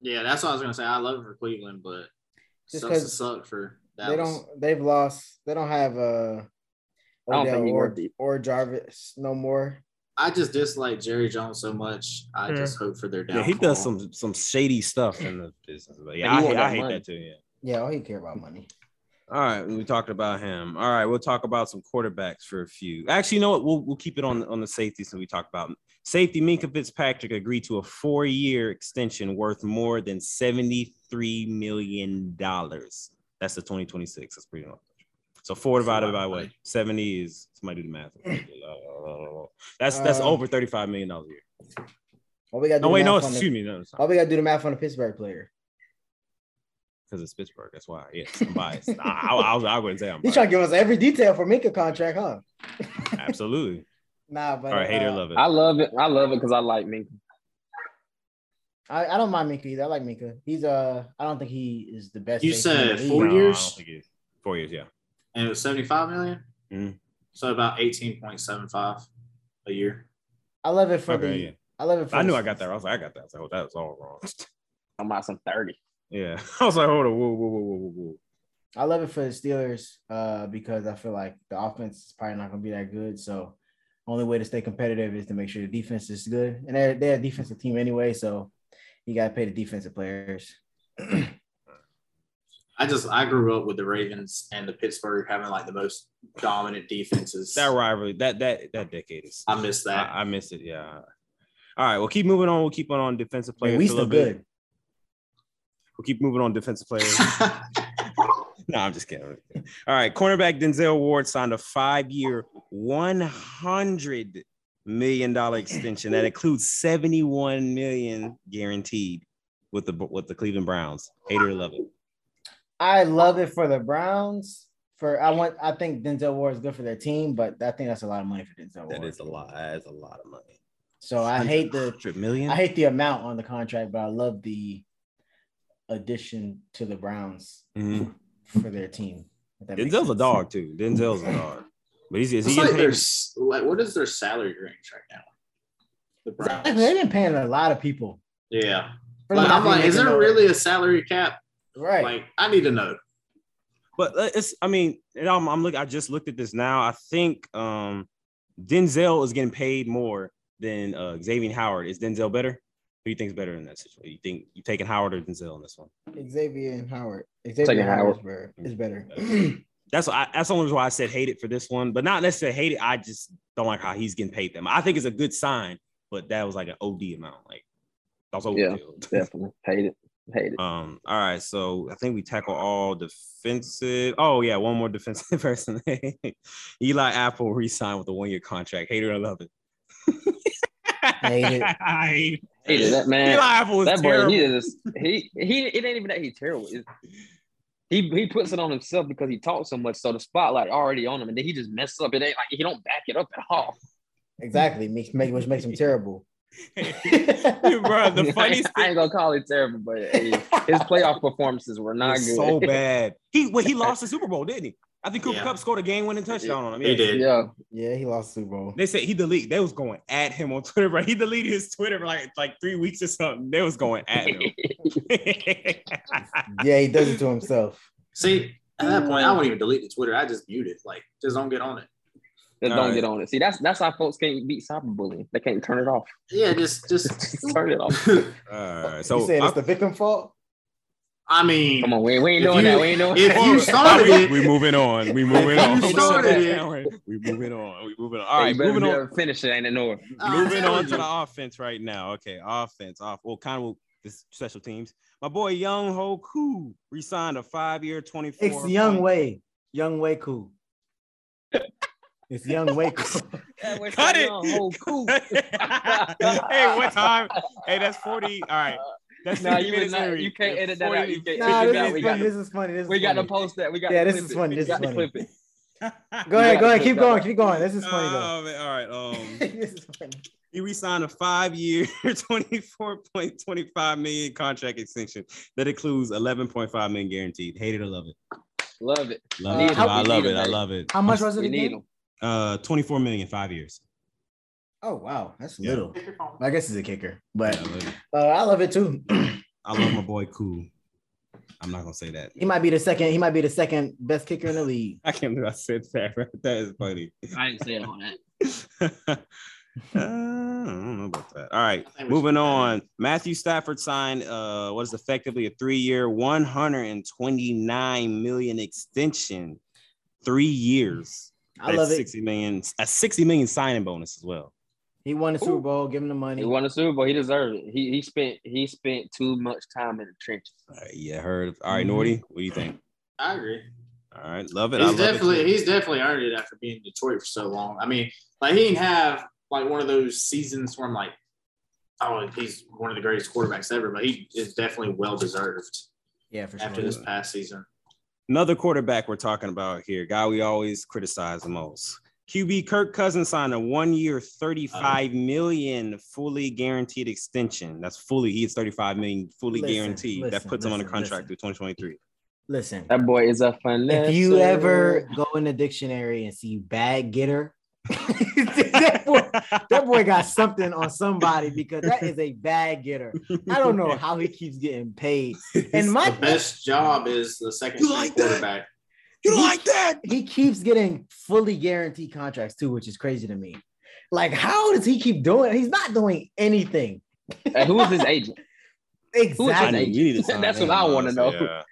Speaker 5: Yeah, that's what I was gonna say. I love it for Cleveland, but
Speaker 4: Just
Speaker 5: sucks to
Speaker 4: 'cause
Speaker 5: suck for Dallas.
Speaker 4: They don't. They've lost. They don't have uh,
Speaker 6: I don't think
Speaker 4: Odell
Speaker 6: he
Speaker 4: or,
Speaker 6: worth it.
Speaker 4: or Jarvis no more.
Speaker 5: I just dislike Jerry Jones so much. I just hope for their
Speaker 8: Yeah,
Speaker 5: downfall.
Speaker 8: he does some some shady stuff in the business. But yeah,
Speaker 6: But
Speaker 8: I,
Speaker 6: he
Speaker 8: hate,
Speaker 6: want
Speaker 8: I
Speaker 6: that
Speaker 8: hate
Speaker 6: money.
Speaker 8: that too. Yeah.
Speaker 4: Yeah, all he care about money.
Speaker 8: All right, we talked about him. All right, we'll talk about some quarterbacks for a few. Actually, you know what? We'll, we'll keep it on on the safety since we talked about him. safety. Minka Fitzpatrick agreed to a four year extension worth more than seventy three million dollars. That's the twenty twenty six. That's pretty much. So four
Speaker 5: That's a lot
Speaker 8: divided
Speaker 5: of
Speaker 8: by what?
Speaker 5: money.
Speaker 8: Seventy is somebody do the math. That's that's
Speaker 4: Uh,
Speaker 8: over thirty five million dollars a year.
Speaker 4: All we got.
Speaker 8: No wait, no,
Speaker 4: the,
Speaker 8: excuse me, no, it's not
Speaker 4: All we got to do the math on the Pittsburgh player.
Speaker 8: because it's Pittsburgh. That's why. Yes, I'm biased. I, I, I wouldn't say I'm
Speaker 4: You trying to
Speaker 8: biased.
Speaker 4: give us every detail for Minka contract, huh?
Speaker 8: Absolutely.
Speaker 4: Nah, but
Speaker 8: All right, hater,
Speaker 4: uh,
Speaker 8: love it.
Speaker 6: I love it. I love it because I like Minka.
Speaker 4: I, I don't mind Minka either. I like Minka. He's uh, I don't think he is the best.
Speaker 5: You
Speaker 4: safety in the
Speaker 5: said
Speaker 4: league.
Speaker 5: four
Speaker 8: No,
Speaker 5: years?
Speaker 8: I don't think it is. Four years, yeah.
Speaker 5: and it was seventy-five million.
Speaker 8: Mhm.
Speaker 5: So about eighteen point seven five a year.
Speaker 4: I love it for
Speaker 8: Okay,
Speaker 4: the.
Speaker 8: yeah.
Speaker 4: I love it. For
Speaker 8: I
Speaker 4: the-
Speaker 8: knew I got that. I was like, I got that. I was like, oh, that was all wrong.
Speaker 6: I'm about some thirty.
Speaker 8: Yeah. I was like, hold on, whoa, whoa, whoa, whoa, whoa, whoa.
Speaker 4: I love it for the Steelers uh, because I feel like the offense is probably not going to be that good. So, only way to stay competitive is to make sure the defense is good, and they're they're a defensive team anyway. So, you got to pay the defensive players.
Speaker 5: I just I grew up with the Ravens and the Pittsburgh having like the most dominant defenses.
Speaker 8: That rivalry, that that that decade is.
Speaker 5: I miss that.
Speaker 8: I, I missed it. Yeah. All right. Well, keep moving on. We'll keep on on defensive players.
Speaker 4: Man, we
Speaker 8: for a
Speaker 4: still
Speaker 8: little bit.
Speaker 4: good.
Speaker 8: We'll keep moving on defensive players. no, I'm just kidding. I'm just kidding. All right. Cornerback Denzel Ward signed a five year, $100 million extension that includes $71 million guaranteed with the with the Cleveland Browns. Hater or love it.
Speaker 4: I love it for the Browns. For I want, I think Denzel Ward is good for their team, but I think that's a lot of money for Denzel Ward.
Speaker 8: That is a lot. That is a lot of money.
Speaker 4: So I hate the
Speaker 8: Hundred million.
Speaker 4: I hate the amount on the contract, but I love the addition to the Browns
Speaker 8: Mhm.
Speaker 4: for their team. if that makes
Speaker 8: Denzel's a
Speaker 4: sense.
Speaker 8: dog too. Denzel's a dog. But he's is
Speaker 5: It's
Speaker 8: he
Speaker 5: like
Speaker 8: getting
Speaker 5: their
Speaker 8: paid?
Speaker 5: s- like what is their salary range right now? The
Speaker 4: Exactly. They've
Speaker 5: Browns.
Speaker 4: been paying a lot of people.
Speaker 5: Yeah.
Speaker 4: For
Speaker 5: Like,
Speaker 4: not
Speaker 5: I'm
Speaker 4: being
Speaker 5: like, is
Speaker 4: making
Speaker 5: there
Speaker 4: no-
Speaker 5: really a salary cap?
Speaker 4: right?
Speaker 5: Like, I need to know.
Speaker 8: But uh, it's I mean, and I'm I'm look I just looked at this now. I think um Denzel is getting paid more than uh Xavier Howard. Is Denzel better? Who you think's better in that situation? You think you taking Howard or Denzel in this one?
Speaker 4: Xavier and Howard.
Speaker 6: Taking
Speaker 4: Xavier
Speaker 6: Howard.
Speaker 4: Howard is better. Is better.
Speaker 8: That's why that's the only reason why I said hate it for this one, but not necessarily hate it. I just don't like how he's getting paid them. I think it's a good sign, but that was like an OD amount. Like that was
Speaker 6: Yeah.
Speaker 8: overkill.
Speaker 6: Definitely hate it. Hate it.
Speaker 8: Um, all right, so I think we tackle all defensive. Oh, yeah, one more defensive person. Eli Apple re-signed with a one-year contract. Hater, I love it.
Speaker 4: Hate it.
Speaker 8: I-
Speaker 6: Hated that man.
Speaker 8: Eli Apple was
Speaker 6: that boy,
Speaker 8: terrible.
Speaker 6: he is he he. It ain't even that he's terrible. It's- he he puts it on himself because he talks so much, so the spotlight already on him, and then he just messes up. It ain't like he don't back it up at all.
Speaker 4: Exactly. Makes, make, which makes him terrible.
Speaker 8: bro,
Speaker 6: I
Speaker 8: the
Speaker 6: ain't-
Speaker 8: funniest
Speaker 6: I
Speaker 8: thing
Speaker 6: ain't gonna call it terrible, but hey, his playoff performances were not
Speaker 8: was
Speaker 6: good.
Speaker 8: so bad. He well, he lost the Super Bowl, didn't he? I think Cooper
Speaker 5: Yeah.
Speaker 8: Cup scored a game-winning touchdown on him.
Speaker 5: He
Speaker 8: Yeah.
Speaker 5: did.
Speaker 6: yeah,
Speaker 4: Yeah, he lost the Super Bowl.
Speaker 8: They said he deleted. They was going at him on Twitter, bro. He deleted his Twitter for like like three weeks or something. They was going at him.
Speaker 4: Yeah, he does it to himself.
Speaker 5: See, at
Speaker 8: Mm.
Speaker 5: that point, I won't even delete the Twitter. I just mute it. Like, just don't get on it.
Speaker 6: just don't
Speaker 8: Alright.
Speaker 6: get on it. See, that's that's how folks can't beat cyberbullying. They can't turn it off.
Speaker 5: Yeah, just just.
Speaker 6: Just turn it off.
Speaker 8: All right,
Speaker 4: So you
Speaker 8: so
Speaker 4: saying
Speaker 8: I-
Speaker 4: it's the victim fault?
Speaker 5: I mean,
Speaker 6: Come on, we, we ain't
Speaker 5: If
Speaker 6: doing
Speaker 5: you-
Speaker 6: that. We ain't doing
Speaker 5: if
Speaker 6: that.
Speaker 5: you started it,
Speaker 8: we moving on. We moving
Speaker 5: You
Speaker 8: on.
Speaker 5: started it.
Speaker 8: We moving on. We moving on.
Speaker 6: All
Speaker 8: All
Speaker 6: right,
Speaker 8: right,
Speaker 6: you better
Speaker 8: moving
Speaker 6: be
Speaker 8: on.
Speaker 6: able to finish it. Ain't it no?
Speaker 5: I'm
Speaker 8: Moving
Speaker 5: telling
Speaker 8: on to
Speaker 5: you.
Speaker 8: the offense right now. Okay, offense. Off. Well, kind of this special teams. My boy Young Ho Koo resigned a five-year, twenty-four.
Speaker 4: It's Young
Speaker 8: point-
Speaker 4: Way. Young Way cool. It's Young Way cool.
Speaker 8: Cut it. hey, what time? Hey, that's forty. All right, that's
Speaker 6: Nah,
Speaker 8: 50
Speaker 6: you
Speaker 8: minutes
Speaker 6: would not-
Speaker 8: in.
Speaker 6: you can't edit that
Speaker 8: 40
Speaker 6: out. You can't
Speaker 4: Nah,
Speaker 6: edit that
Speaker 4: this
Speaker 6: out.
Speaker 4: is
Speaker 6: We
Speaker 4: funny.
Speaker 6: got,
Speaker 4: This is funny. This is
Speaker 6: we got to
Speaker 4: funny.
Speaker 6: post that. We got
Speaker 4: Yeah,
Speaker 6: to
Speaker 4: this
Speaker 6: clip
Speaker 4: is
Speaker 6: it.
Speaker 4: funny,
Speaker 6: We
Speaker 4: this is
Speaker 6: got to clip
Speaker 4: funny.
Speaker 6: it.
Speaker 4: Go ahead, go ahead. Keep
Speaker 6: Yeah.
Speaker 4: going. Keep going. This is funny though.
Speaker 8: Oh, man, all right. Um,
Speaker 4: this is funny.
Speaker 8: He re-signed a five-year, twenty-four point twenty-five million contract extension that includes eleven point five million guaranteed. Hate it or love it.
Speaker 6: Love it.
Speaker 8: Love
Speaker 4: Uh,
Speaker 8: it.
Speaker 4: how-
Speaker 8: I love
Speaker 6: we
Speaker 8: it.
Speaker 6: need
Speaker 8: I
Speaker 6: him,
Speaker 8: love it.
Speaker 4: How much was it
Speaker 6: We need
Speaker 4: again?
Speaker 6: him.
Speaker 8: Uh, twenty-four million, five years.
Speaker 4: Oh wow, that's
Speaker 8: Yeah.
Speaker 4: little. I guess it's a kicker, but
Speaker 8: Yeah, I love it.
Speaker 4: uh, I love it too.
Speaker 8: I love my boy Cool. I'm not gonna say that.
Speaker 4: he might be the second. He might be the second best kicker in the league.
Speaker 8: I can't believe I said that. bro. That is funny.
Speaker 6: I ain't saying all that.
Speaker 8: Uh, I don't know about that. All right,
Speaker 5: I think we
Speaker 8: moving
Speaker 5: should-
Speaker 8: on. Matthew Stafford signed uh, what is effectively a three-year, one hundred and twenty-nine million extension, three years.
Speaker 4: I
Speaker 8: at
Speaker 4: love it.
Speaker 8: Sixty million, a sixty million signing bonus as well.
Speaker 4: He won the Super Bowl. Give him the money.
Speaker 6: He won the Super Bowl. He deserved it. He he spent he spent too much time in the trenches.
Speaker 8: All right, yeah, heard. Of, all right,
Speaker 4: Mhm.
Speaker 8: Norty, what do you think?
Speaker 5: I agree.
Speaker 8: All right, love it.
Speaker 5: He's
Speaker 8: I love it.
Speaker 5: definitely he's definitely earned it after being in Detroit for so long. I mean, like he didn't have like one of those seasons where I'm like, oh, he's one of the greatest quarterbacks ever, but he is definitely well deserved
Speaker 4: Yeah, for
Speaker 5: after
Speaker 4: sure.
Speaker 5: this past season.
Speaker 8: Another quarterback we're talking about here, guy we always criticize the most. QB Kirk Cousins signed a one-year,
Speaker 4: Uh-huh.
Speaker 8: thirty-five million fully guaranteed extension. That's fully. He's thirty-five million fully
Speaker 4: Listen,
Speaker 8: guaranteed. that
Speaker 4: listen,
Speaker 8: puts him on a
Speaker 4: listen,
Speaker 8: contract
Speaker 4: listen.
Speaker 8: through twenty twenty-three.
Speaker 4: Listen,
Speaker 6: That boy is a fun.
Speaker 4: if you ever go in the dictionary and see bag getter, that, boy, that boy got something on somebody because that is a bag getter. I don't know how he keeps getting paid. And my
Speaker 5: The best job is the second
Speaker 8: You
Speaker 5: string
Speaker 8: like that?
Speaker 5: quarterback.
Speaker 8: You like that?
Speaker 4: he keeps getting fully guaranteed contracts too, which is crazy to me. Like, how does he keep doing? He's not doing anything.
Speaker 6: Hey, who is his agent?
Speaker 8: I
Speaker 4: Exactly.
Speaker 8: knew we needed to sign
Speaker 6: That's
Speaker 8: him,
Speaker 6: what I wanna
Speaker 8: honestly,
Speaker 6: know.
Speaker 8: yeah.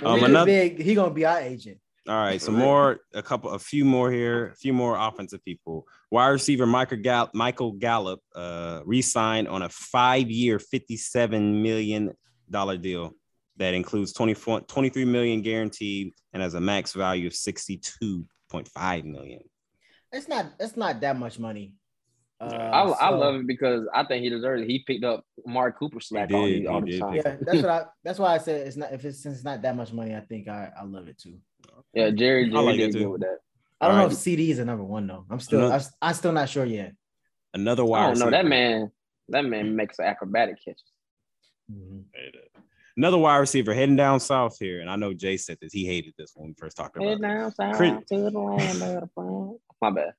Speaker 4: When
Speaker 8: Um,
Speaker 4: we get
Speaker 8: another-
Speaker 4: big, he gonna be our agent.
Speaker 8: All right, some more, a couple, a few more here, a few more offensive people. Wide receiver Michael, Gall- Michael Gallup uh, re-signed on a five-year, fifty-seven million dollar deal that includes 24, 23 million guaranteed and has a max value of sixty-two point five million.
Speaker 4: It's not. It's not that much money. Uh,
Speaker 6: I, I love it because I think he deserves it. He picked up Mark Cooper slack
Speaker 8: did,
Speaker 6: all, the-
Speaker 8: he
Speaker 6: all the
Speaker 8: did
Speaker 6: time.
Speaker 8: pick
Speaker 4: Yeah, that's what I. That's why I said it's not. If it's since it's not that much money, I think I, I love it too.
Speaker 6: Yeah, Jerry,
Speaker 8: I
Speaker 6: Jerry
Speaker 8: like
Speaker 6: did
Speaker 8: it
Speaker 6: good
Speaker 8: too.
Speaker 6: with that.
Speaker 4: I don't
Speaker 8: All
Speaker 4: know if
Speaker 8: right.
Speaker 4: CD is a number one though. I'm still. I'm,
Speaker 8: Another-
Speaker 4: I'm still not sure yet.
Speaker 8: Another wide
Speaker 6: I don't know.
Speaker 8: receiver.
Speaker 6: That man, that man makes acrobatic catches.
Speaker 4: Mhm.
Speaker 8: Another wide receiver heading down south here, and I know Jay said this. He hated this when we first talked about
Speaker 6: Head
Speaker 8: it.
Speaker 6: down south
Speaker 8: Chris-
Speaker 6: to the land of the brown. My bad.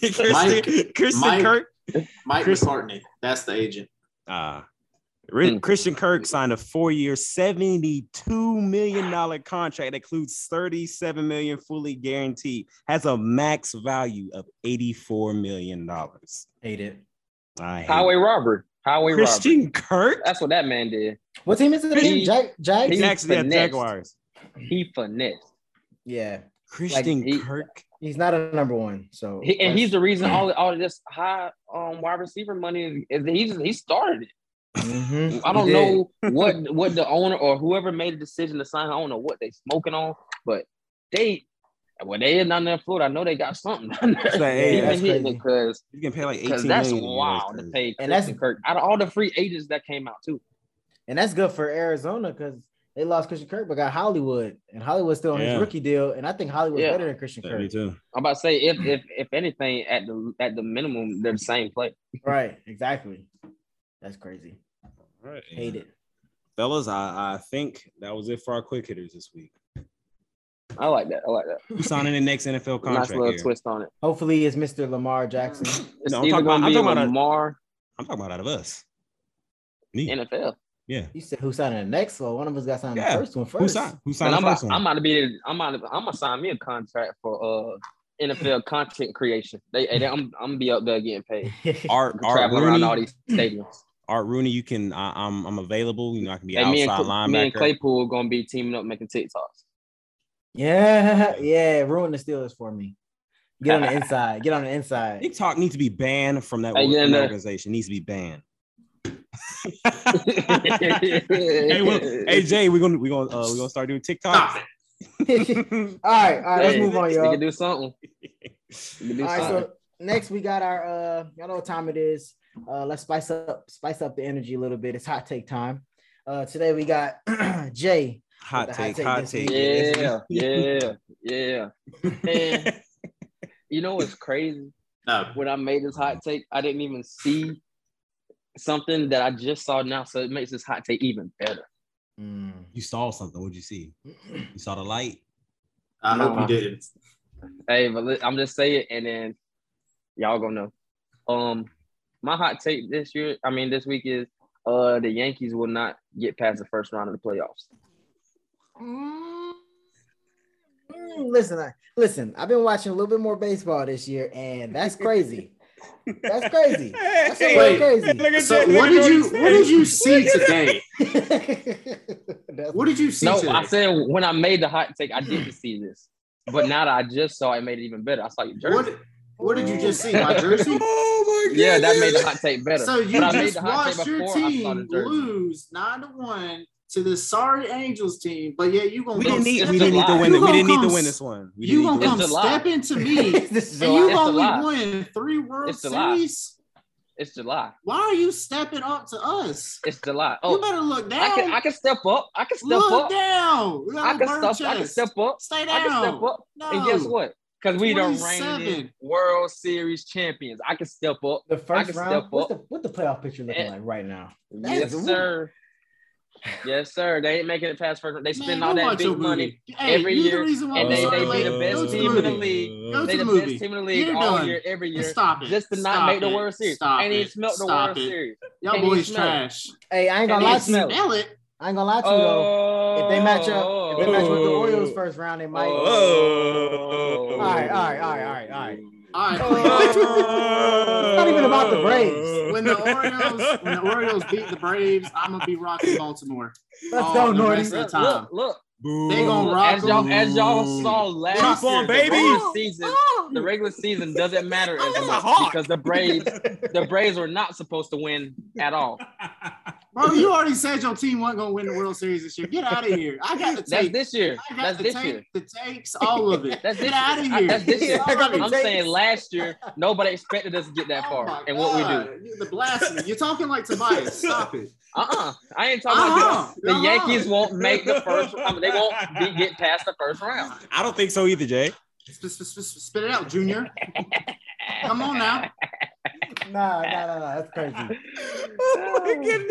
Speaker 8: Kristen,
Speaker 5: Mike-
Speaker 8: Kristen
Speaker 5: Mike-
Speaker 8: Kirk.
Speaker 5: Mike
Speaker 8: Chris-
Speaker 5: McCartney, that's the agent.
Speaker 8: Uh, Ri-
Speaker 6: Hmm.
Speaker 8: Christian Kirk signed a four-year, seventy-two million dollar contract that includes thirty-seven million fully guaranteed, has a max value of eighty-four million dollars.
Speaker 4: Hate it.
Speaker 8: I hate
Speaker 6: Highway robber. Highway robber.
Speaker 8: Christian Kirk.
Speaker 6: That's what that man did.
Speaker 4: What team is it
Speaker 6: He-
Speaker 4: again? Jag, Jags?
Speaker 8: He's
Speaker 6: he
Speaker 8: actually at
Speaker 6: finessed.
Speaker 8: Jaguars.
Speaker 6: He finessed.
Speaker 4: Yeah,
Speaker 8: Christian
Speaker 6: he-
Speaker 8: Kirk.
Speaker 4: he's not a number one. So
Speaker 6: He, and he's the reason all all of this high um wide receiver money is he just he started it.
Speaker 4: Mhm.
Speaker 6: I don't
Speaker 4: He did.
Speaker 6: know what what the owner or whoever made the decision to sign. I don't know what they smoking on, but they When they in down there in Florida, I know they got something down there.
Speaker 8: It's like, hey,
Speaker 6: They've
Speaker 8: that's
Speaker 6: been hitting
Speaker 4: crazy.
Speaker 6: it because
Speaker 8: You can pay like 18
Speaker 6: that's
Speaker 8: million a year,
Speaker 6: wild to
Speaker 8: crazy.
Speaker 6: pay
Speaker 4: And
Speaker 6: and
Speaker 4: that's-
Speaker 6: that's Kirk out of all the free agents that came out too.
Speaker 4: And that's good for Arizona because they lost Christian Kirk, but got Hollywood, and Hollywood's still on
Speaker 8: Yeah.
Speaker 4: his rookie deal. And I think Hollywood's
Speaker 6: Yeah.
Speaker 4: better than Christian
Speaker 8: Yeah, me
Speaker 4: Kirk.
Speaker 8: too.
Speaker 6: I'm about to say if if if anything at the at the minimum they're the same player.
Speaker 4: Right, exactly. That's crazy.
Speaker 8: Right.
Speaker 4: Hate it.
Speaker 8: Fellas, I, I think that was it for our quick hitters this week.
Speaker 6: I like that. I like that.
Speaker 8: Who's signing the next NFL
Speaker 6: Nice
Speaker 8: contract
Speaker 6: little
Speaker 8: here?
Speaker 6: twist on it.
Speaker 4: Hopefully, it's Mr. Lamar Jackson.
Speaker 6: It's
Speaker 8: No, I'm
Speaker 6: either
Speaker 8: talking about-
Speaker 6: gonna
Speaker 8: I'm
Speaker 6: be
Speaker 8: talking about a-
Speaker 6: Lamar
Speaker 8: I'm talking about out of us. Me.
Speaker 6: NFL.
Speaker 8: yeah.
Speaker 4: You said who signed the next one? One of us got signed
Speaker 8: Yeah.
Speaker 4: the first one first.
Speaker 8: Who signed? Who
Speaker 6: And
Speaker 8: signed the
Speaker 6: I'm about,
Speaker 8: first one?
Speaker 6: I'm about to be I'm about to, I'm gonna sign me a contract for uh NFL content creation. They, they I'm I'm gonna be up there getting paid.
Speaker 8: Art, Art
Speaker 6: traveling around
Speaker 8: Rooney.
Speaker 6: all these stadiums.
Speaker 8: Art Rooney, you can. I, I'm I'm available. You know, I can be
Speaker 6: and me and,
Speaker 8: outside
Speaker 6: Cl-
Speaker 8: linebacker.
Speaker 6: me and Claypool gonna be teaming up making TikToks.
Speaker 4: yeah, yeah. Ruin the Steelers for me. Get on the inside. Get on the inside.
Speaker 8: TikTok needs to be banned from that
Speaker 6: Hey, get in there.
Speaker 8: organization. Needs to be banned. hey, well, hey, Jay, we're gonna we're gonna uh, we're gonna start doing
Speaker 5: Stop
Speaker 8: TikTok.
Speaker 5: it.
Speaker 4: all right, all right. Let's
Speaker 6: Hey,
Speaker 4: move on,
Speaker 6: we
Speaker 4: y'all.
Speaker 6: can do something. We can do
Speaker 4: All right,
Speaker 6: something.
Speaker 4: so next we got our uh y'all know what time it is. Uh let's spice up spice up the energy a little bit. It's hot take time. Uh today we got Jay.
Speaker 8: Hot
Speaker 4: With the
Speaker 8: take, hot take.
Speaker 6: yeah, yeah, yeah. And you know what's crazy?
Speaker 5: No.
Speaker 6: When I made this hot take, I didn't even see something that I just saw now, so it makes this hot take even better.
Speaker 4: Hmm.
Speaker 8: You saw something. What'd you see? You saw the light.
Speaker 5: I hope
Speaker 6: Nah.
Speaker 5: you didn't.
Speaker 6: Hey, but li- I'm just saying, and then y'all gonna know. Um, my hot take this year, I mean this week is uh the Yankees will not get past the first round of the playoffs.
Speaker 4: Mm, Listen, I, listen, I've been watching a little bit more baseball this year, and that's crazy. that's crazy. That's a little
Speaker 5: Wait.
Speaker 4: crazy.
Speaker 5: So what did you what did you see today?
Speaker 4: That's-
Speaker 5: What did you see
Speaker 6: No,
Speaker 5: today?
Speaker 6: I said when I made the hot take, I didn't see this. But now that I just saw it, it made it even better. I saw your jersey.
Speaker 5: what, what did you just see? My jersey?
Speaker 8: Oh my
Speaker 6: Yeah, that made the hot take better.
Speaker 5: So you
Speaker 6: but I made
Speaker 5: just
Speaker 6: the hot
Speaker 5: watched
Speaker 6: take
Speaker 5: your
Speaker 6: before I saw the
Speaker 5: team
Speaker 6: jersey.
Speaker 5: lose nine to one to the sorry Angels team, but yeah, you gonna
Speaker 8: We
Speaker 5: go
Speaker 8: didn't need
Speaker 5: step
Speaker 8: we didn't need to
Speaker 5: in-
Speaker 8: win.
Speaker 5: you
Speaker 8: it. We
Speaker 5: gonna
Speaker 8: didn't need
Speaker 5: come
Speaker 8: to win
Speaker 5: s-
Speaker 8: this one. We
Speaker 5: You
Speaker 8: didn't
Speaker 5: gonna
Speaker 8: need to
Speaker 5: come
Speaker 8: win
Speaker 6: It's a lie.
Speaker 5: step into me?
Speaker 4: this is
Speaker 5: And
Speaker 4: a
Speaker 5: you
Speaker 6: It's a lie.
Speaker 5: only won three World
Speaker 6: It's a lie.
Speaker 5: Series.
Speaker 6: It's July.
Speaker 5: Why are you stepping up to us?
Speaker 6: It's July.
Speaker 5: you
Speaker 6: Oh,
Speaker 5: better look down.
Speaker 6: I can I can step up. I can step
Speaker 5: look
Speaker 6: up.
Speaker 5: down. You got
Speaker 6: I
Speaker 5: a
Speaker 6: can
Speaker 5: bird
Speaker 6: step. I can
Speaker 5: chest.
Speaker 6: step up.
Speaker 5: Stay down.
Speaker 6: I can step up.
Speaker 5: No.
Speaker 6: And guess what? Because we done reigning
Speaker 5: 27.
Speaker 6: World Series champions. I can step up.
Speaker 4: the first
Speaker 6: can
Speaker 4: round.
Speaker 6: step
Speaker 4: What's the,
Speaker 6: up.
Speaker 4: what the playoff picture looking
Speaker 6: And-
Speaker 4: like right now?
Speaker 6: Yes,
Speaker 4: That's-
Speaker 6: sir. Yes, sir. They ain't making it past first. They
Speaker 5: Man,
Speaker 6: spend
Speaker 5: go
Speaker 6: all that
Speaker 5: watch your
Speaker 6: big money.
Speaker 5: movie. Hey,
Speaker 6: every
Speaker 5: you
Speaker 6: year,
Speaker 5: The reason why
Speaker 6: and
Speaker 5: we
Speaker 6: they-
Speaker 5: so
Speaker 6: they be
Speaker 5: late.
Speaker 6: the best
Speaker 5: Go to
Speaker 6: team
Speaker 5: the
Speaker 6: in the
Speaker 5: movie.
Speaker 6: league.
Speaker 5: Go
Speaker 6: They
Speaker 5: to
Speaker 6: the
Speaker 5: the
Speaker 6: best
Speaker 5: movie.
Speaker 6: team in the league
Speaker 5: You're
Speaker 6: all
Speaker 5: done.
Speaker 6: year, every year.
Speaker 5: Stop it.
Speaker 6: Just to not
Speaker 5: Stop
Speaker 6: make the
Speaker 5: it.
Speaker 6: World Series.
Speaker 5: Stop
Speaker 6: and he
Speaker 5: it.
Speaker 6: smelt the
Speaker 5: Stop
Speaker 6: World
Speaker 5: it.
Speaker 6: Series.
Speaker 5: Y'all
Speaker 6: Can't even
Speaker 5: boys
Speaker 6: smell it.
Speaker 5: trash.
Speaker 4: Hey, I ain't
Speaker 6: And
Speaker 4: gonna lie
Speaker 5: Can't
Speaker 4: to you.
Speaker 5: smell it.
Speaker 4: I ain't gonna lie to you though.
Speaker 6: Oh,
Speaker 4: If they match up, if they match up with the
Speaker 8: Oh.
Speaker 4: Orioles first round, they might.
Speaker 8: Oh.
Speaker 4: All right, all right, all right, all right, all right.
Speaker 5: All right.
Speaker 8: Oh,
Speaker 4: It's not even about the Braves.
Speaker 5: when the Orioles when the Orioles beat the Braves, I'm gonna be rocking Baltimore.
Speaker 4: Let's
Speaker 5: Oh,
Speaker 4: go,
Speaker 5: the
Speaker 4: Norty.
Speaker 5: rest of-
Speaker 6: look,
Speaker 5: the time.
Speaker 6: look, look.
Speaker 5: They gonna rock
Speaker 6: As y'all,
Speaker 5: them.
Speaker 6: as y'all saw last
Speaker 8: Keep on,
Speaker 6: year,
Speaker 8: baby.
Speaker 6: the
Speaker 5: Oh,
Speaker 6: regular season, the regular season doesn't matter as
Speaker 8: That's a
Speaker 6: much
Speaker 8: hawk.
Speaker 6: because the Braves, the Braves were not supposed to win at all.
Speaker 5: Bro, you already said your team wasn't gonna win the World Series this year. Get out of here. I got the
Speaker 6: That's
Speaker 5: tape.
Speaker 6: this year.
Speaker 5: I got
Speaker 6: That's
Speaker 5: the
Speaker 6: this
Speaker 5: tape,
Speaker 6: year.
Speaker 5: the takes, all of it.
Speaker 6: That's this
Speaker 5: Get out of
Speaker 6: year. I-
Speaker 5: here.
Speaker 6: that's this year.
Speaker 5: Sorry.
Speaker 6: I'm saying last year nobody expected us to get that
Speaker 5: Oh
Speaker 6: far,
Speaker 5: my
Speaker 6: and what we do.
Speaker 5: God. You- The blasphemy. You're talking like Tobias. Stop it.
Speaker 6: Uh-uh. I ain't talking about
Speaker 5: Uh-uh.
Speaker 6: this. The
Speaker 5: Uh-uh.
Speaker 6: Yankees won't make the first. I mean, they won't be, get past the first round.
Speaker 8: I don't think so either, Jay.
Speaker 5: Sp- sp- sp- sp- Spit it out, Junior. Come on now.
Speaker 4: Nah, nah, nah, nah. That's crazy.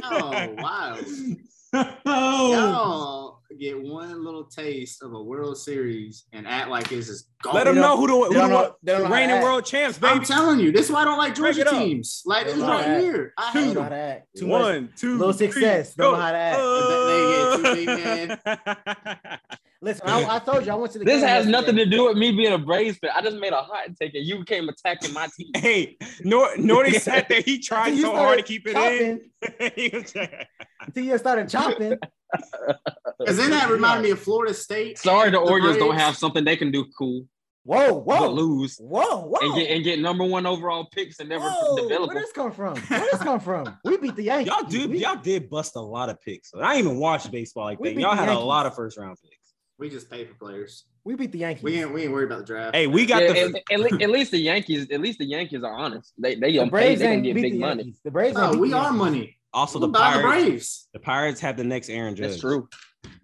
Speaker 5: Oh wow.
Speaker 8: Oh.
Speaker 5: Y'all get one little taste of a World Series and act like it's just gone.
Speaker 8: Let them know who the, who
Speaker 4: They don't Oh, know- they
Speaker 8: the,
Speaker 4: don't know how to
Speaker 8: reigning
Speaker 4: act.
Speaker 8: world champs,
Speaker 5: I'm
Speaker 8: baby.
Speaker 5: telling you, this is why I don't like
Speaker 8: Break
Speaker 5: Georgia
Speaker 8: it up.
Speaker 5: teams. Like this
Speaker 4: Don't know
Speaker 5: right
Speaker 4: that.
Speaker 5: here. I
Speaker 4: Don't
Speaker 5: hate
Speaker 4: know how
Speaker 5: them.
Speaker 4: to act. Too much.
Speaker 8: One, two,
Speaker 4: Little
Speaker 8: three,
Speaker 4: success. Don't
Speaker 8: go.
Speaker 4: know how to act. Listen, I, I told you I went to the.
Speaker 6: This
Speaker 4: game
Speaker 6: has
Speaker 4: yesterday.
Speaker 6: nothing to do with me being a Braves fan. I just made a hot take, and you came attacking my team.
Speaker 8: hey, Nor- Norty sat there. He tried
Speaker 4: You
Speaker 8: so
Speaker 4: started
Speaker 8: hard to keep it in.
Speaker 4: chopping
Speaker 8: He was like,
Speaker 4: until you started chopping.
Speaker 5: Because then that reminded me of Florida State.
Speaker 6: Sorry, the Orioles don't
Speaker 5: Braves.
Speaker 6: have something they can do cool,
Speaker 4: Whoa,
Speaker 6: but
Speaker 4: whoa,
Speaker 6: lose
Speaker 4: whoa, whoa.
Speaker 6: and get and get number one overall picks and never
Speaker 4: Whoa,
Speaker 6: develop.
Speaker 4: where
Speaker 6: them.
Speaker 4: this come from? Where this come from? We beat the Yankees.
Speaker 8: y'all did
Speaker 4: We-
Speaker 8: y'all did bust a lot of picks. I ain't even watch baseball like
Speaker 4: We
Speaker 8: that.
Speaker 4: beat
Speaker 8: Y'all
Speaker 4: the
Speaker 8: had a
Speaker 4: Yankees.
Speaker 8: lot of first round picks.
Speaker 5: We just pay for players.
Speaker 4: We beat the Yankees.
Speaker 5: We ain't we ain't worried about the draft.
Speaker 8: Hey, we got
Speaker 6: Yeah,
Speaker 8: the.
Speaker 6: at, at le- at least the Yankees, at least the Yankees are honest. They they
Speaker 4: the
Speaker 6: gonna pay,
Speaker 4: Braves
Speaker 6: they gonna
Speaker 4: ain't
Speaker 6: get
Speaker 4: beat the
Speaker 6: big money.
Speaker 4: Yankees. The Braves.
Speaker 5: No,
Speaker 4: ain't beat
Speaker 5: we
Speaker 4: the
Speaker 5: are
Speaker 4: Yankees.
Speaker 5: money.
Speaker 8: also,
Speaker 5: What
Speaker 8: the
Speaker 5: about the
Speaker 8: Pirates.
Speaker 5: Braves?
Speaker 8: The Pirates have the next Aaron Judge.
Speaker 6: That's true.
Speaker 5: What'd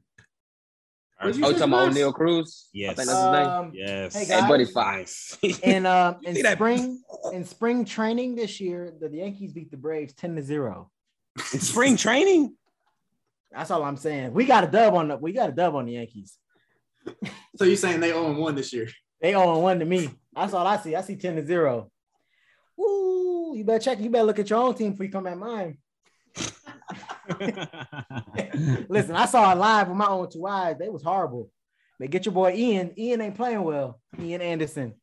Speaker 8: Pirates-
Speaker 6: Oh,
Speaker 5: You
Speaker 6: you
Speaker 5: said
Speaker 6: talking about
Speaker 5: Bucks?
Speaker 6: O'Neill Cruz? I
Speaker 8: Yes.
Speaker 6: think that's his name.
Speaker 4: Um,
Speaker 8: yes.
Speaker 4: Hey,
Speaker 6: Hey,
Speaker 4: guys.
Speaker 6: buddy, five.
Speaker 8: Nice.
Speaker 4: And um, in
Speaker 8: see that?
Speaker 4: spring, in spring training this year, the Yankees beat the Braves ten to zero.
Speaker 8: Spring training.
Speaker 4: That's all I'm saying. We got a dub on the. We got a dub on the Yankees.
Speaker 5: So you saying they own one this year?
Speaker 4: They on one to me. That's all I see. I see ten to zero. Ooh, you better check. You better look at your own team before you come at mine. Listen, I saw it live with my own two eyes. They was horrible. They get your boy Ian. Ian ain't playing well. Ian Anderson.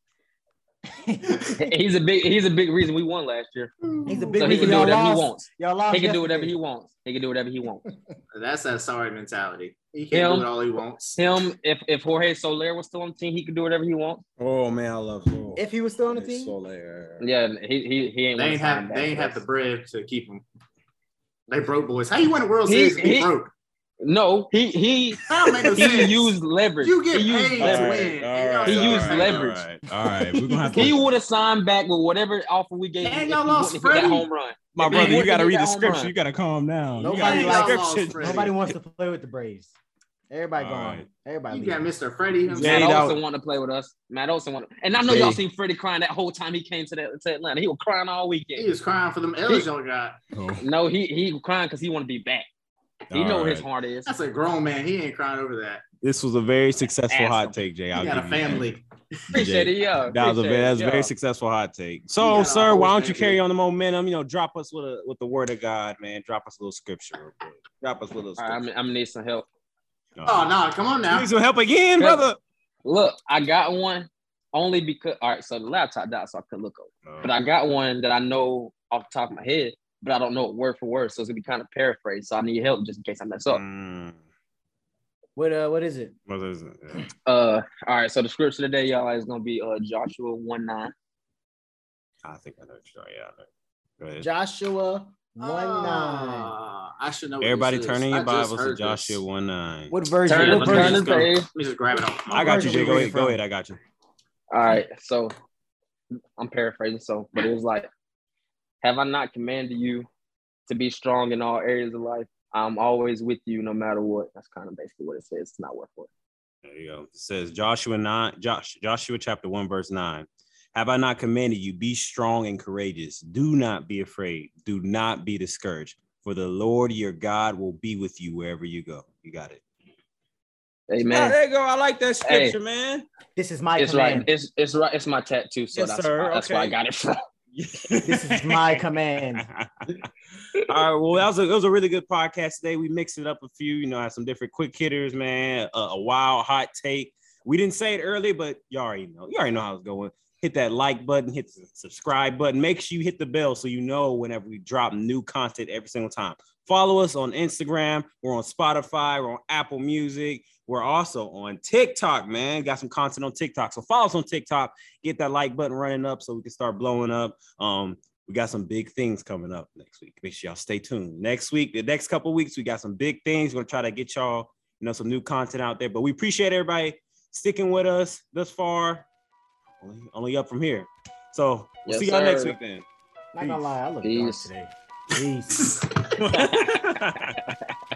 Speaker 4: he's
Speaker 6: He's a big he's a big reason we won last year.
Speaker 4: a big
Speaker 6: so he
Speaker 4: reason
Speaker 6: can do
Speaker 4: y'all
Speaker 6: whatever
Speaker 4: lost.
Speaker 6: he wants.
Speaker 4: Y'all lost.
Speaker 6: He can do whatever he
Speaker 4: yesterday.
Speaker 6: wants. He can do whatever he wants.
Speaker 5: That's that sorry mentality. He can't
Speaker 6: Him.
Speaker 5: do it all he wants.
Speaker 6: Him, if if Jorge Soler was still on the team, he could do whatever he wants.
Speaker 11: Oh man, I love you.
Speaker 4: If he was still on the team,
Speaker 6: Yeah, he he, he ain't.
Speaker 5: They
Speaker 6: wanna sign
Speaker 5: ain't have
Speaker 6: back
Speaker 5: they ain't
Speaker 6: for
Speaker 5: have the
Speaker 6: us.
Speaker 5: bread to keep him. They broke boys. How you win a World
Speaker 6: He-
Speaker 5: Series? and be
Speaker 6: he-
Speaker 5: broke.
Speaker 6: No, he he
Speaker 5: That don't make no
Speaker 6: he
Speaker 5: sense.
Speaker 6: used leverage.
Speaker 5: You get
Speaker 6: he used
Speaker 5: paid
Speaker 6: leverage.
Speaker 5: to win. and y'all
Speaker 6: He
Speaker 5: still
Speaker 6: used
Speaker 5: ain't
Speaker 6: leverage.
Speaker 8: All right, we're gonna have
Speaker 6: He
Speaker 8: to.
Speaker 6: would have signed back with whatever offer we gave
Speaker 5: And
Speaker 6: him.
Speaker 5: y'all
Speaker 6: if he
Speaker 5: lost
Speaker 6: wouldn't have hit that
Speaker 5: Freddie.
Speaker 6: home run.
Speaker 8: My brother, you gotta read the
Speaker 6: Home
Speaker 8: scripture.
Speaker 6: run.
Speaker 8: You gotta calm down. You
Speaker 4: Nobody
Speaker 8: gotta
Speaker 4: likes-
Speaker 8: read the scripture.
Speaker 5: Nobody
Speaker 4: nobody wants to play with the Braves. Everybody
Speaker 8: All
Speaker 4: gone.
Speaker 8: right.
Speaker 4: Everybody.
Speaker 5: You
Speaker 4: leaving.
Speaker 5: got Mr. Freddie. you know what I'm
Speaker 8: Yeah,
Speaker 6: Matt
Speaker 8: Jade
Speaker 5: saying?
Speaker 8: out.
Speaker 6: Olson wanted to play with us. Matt Olson wanted, and I know y'all
Speaker 8: Jade.
Speaker 6: seen Freddie crying that whole time he came to, the, to Atlanta. He was crying all
Speaker 5: He
Speaker 6: weekend.
Speaker 5: was crying for them L's y'all got.
Speaker 8: Oh,
Speaker 6: No, he he was crying because he want to be back. He
Speaker 8: all
Speaker 6: know where his
Speaker 8: right.
Speaker 6: heart is.
Speaker 5: That's a grown man. He ain't crying over that.
Speaker 8: This was a very successful
Speaker 6: Ask
Speaker 8: hot
Speaker 6: him.
Speaker 8: take, Jay.
Speaker 5: He
Speaker 8: I'll
Speaker 5: got
Speaker 8: give
Speaker 5: a
Speaker 8: you that.
Speaker 5: family.
Speaker 6: Appreciate it, yeah.
Speaker 8: That was a
Speaker 6: Appreciate
Speaker 8: very,
Speaker 6: it,
Speaker 8: that was a very
Speaker 6: yeah.
Speaker 8: successful hot take.
Speaker 5: You
Speaker 8: So,
Speaker 5: got a
Speaker 8: sir,
Speaker 5: whole
Speaker 8: why don't you
Speaker 5: package.
Speaker 8: carry on the momentum? You know, drop us with a with the word of God, man. Drop us a little scripture, real quick. Drop us with a little
Speaker 6: All right, I'm,
Speaker 8: scripture.
Speaker 6: I'm gonna need some help.
Speaker 5: Oh no, come on
Speaker 8: You
Speaker 5: now.
Speaker 8: need some help again,
Speaker 6: Good.
Speaker 8: brother.
Speaker 6: Look, I got one only because all right. So the laptop died, so I couldn't look over. But I got one that I know off the top of my head, but I don't know it word for word, so it's gonna be kind of paraphrased. So I need help just in case I mess up.
Speaker 8: Mm,
Speaker 4: What uh? What is it?
Speaker 8: what is it? Yeah.
Speaker 6: Uh, all right. So the scripture today, y'all, is gonna be uh Joshua one nine.
Speaker 8: I think I know. what you're talking- Yeah, I know. Go ahead.
Speaker 4: Joshua one nine.
Speaker 5: Ah, I should know. what
Speaker 8: Everybody,
Speaker 5: this is.
Speaker 8: turning your
Speaker 5: I just
Speaker 8: Bibles to
Speaker 5: heard
Speaker 8: Joshua
Speaker 5: this.
Speaker 8: one nine.
Speaker 4: What version?
Speaker 6: Turn
Speaker 5: Turn
Speaker 6: it,
Speaker 4: what
Speaker 5: it, turn
Speaker 4: version?
Speaker 6: turn
Speaker 5: it,
Speaker 6: it, babe.
Speaker 5: Let me just grab it off.
Speaker 8: I got you,
Speaker 4: version
Speaker 8: Jay.
Speaker 4: we
Speaker 8: Go
Speaker 4: reading
Speaker 8: ahead. Go
Speaker 4: from?
Speaker 8: ahead. I got you.
Speaker 6: All right, so I'm paraphrasing, so but it was like, have I not commanded you to be strong in all areas of life? I'm always with you, no matter what. That's kind of basically what it says. It's not worth it.
Speaker 8: There you go. It says Joshua nine, Josh, Joshua chapter one, verse nine. Have I not commanded you? Be strong and courageous. Do not be afraid. Do not be discouraged. For the Lord your God will be with you wherever you go. You got it.
Speaker 6: Amen.
Speaker 11: there you go. I like that
Speaker 6: Hey.
Speaker 11: scripture, man.
Speaker 4: This is my
Speaker 6: it's
Speaker 4: command.
Speaker 6: right. It's it's right. It's my tattoo, so
Speaker 11: Yes,
Speaker 6: that's
Speaker 11: sir.
Speaker 6: why, that's why I
Speaker 11: Okay.
Speaker 6: got it from.
Speaker 4: This is my command.
Speaker 8: All right. Well, that was a, it was a really good podcast today. We mixed it up a few, you know, had some different quick hitters, man. A, a wild hot take. We didn't say it early, but you already know. You already know how it's going. Hit that like button, hit the subscribe button. Make sure you hit the bell so you know whenever we drop new content every single time. Follow us on Instagram. We're on Spotify. We're on Apple Music. We're also on TikTok, man. Got some content on TikTok. So follow us on TikTok. Get that like button running up so we can start blowing up. Um, we got some big things coming up next week. Make sure y'all stay tuned. Next week, the next couple weeks, we got some big things. We're gonna try to get y'all, you know, some new content out there. But we appreciate everybody sticking with us thus far. Only, only up from here. So we'll
Speaker 6: Yes,
Speaker 8: see y'all next
Speaker 6: sir.
Speaker 8: week then.
Speaker 4: Not gonna lie, I look dark
Speaker 6: Peace.
Speaker 4: today. Peace.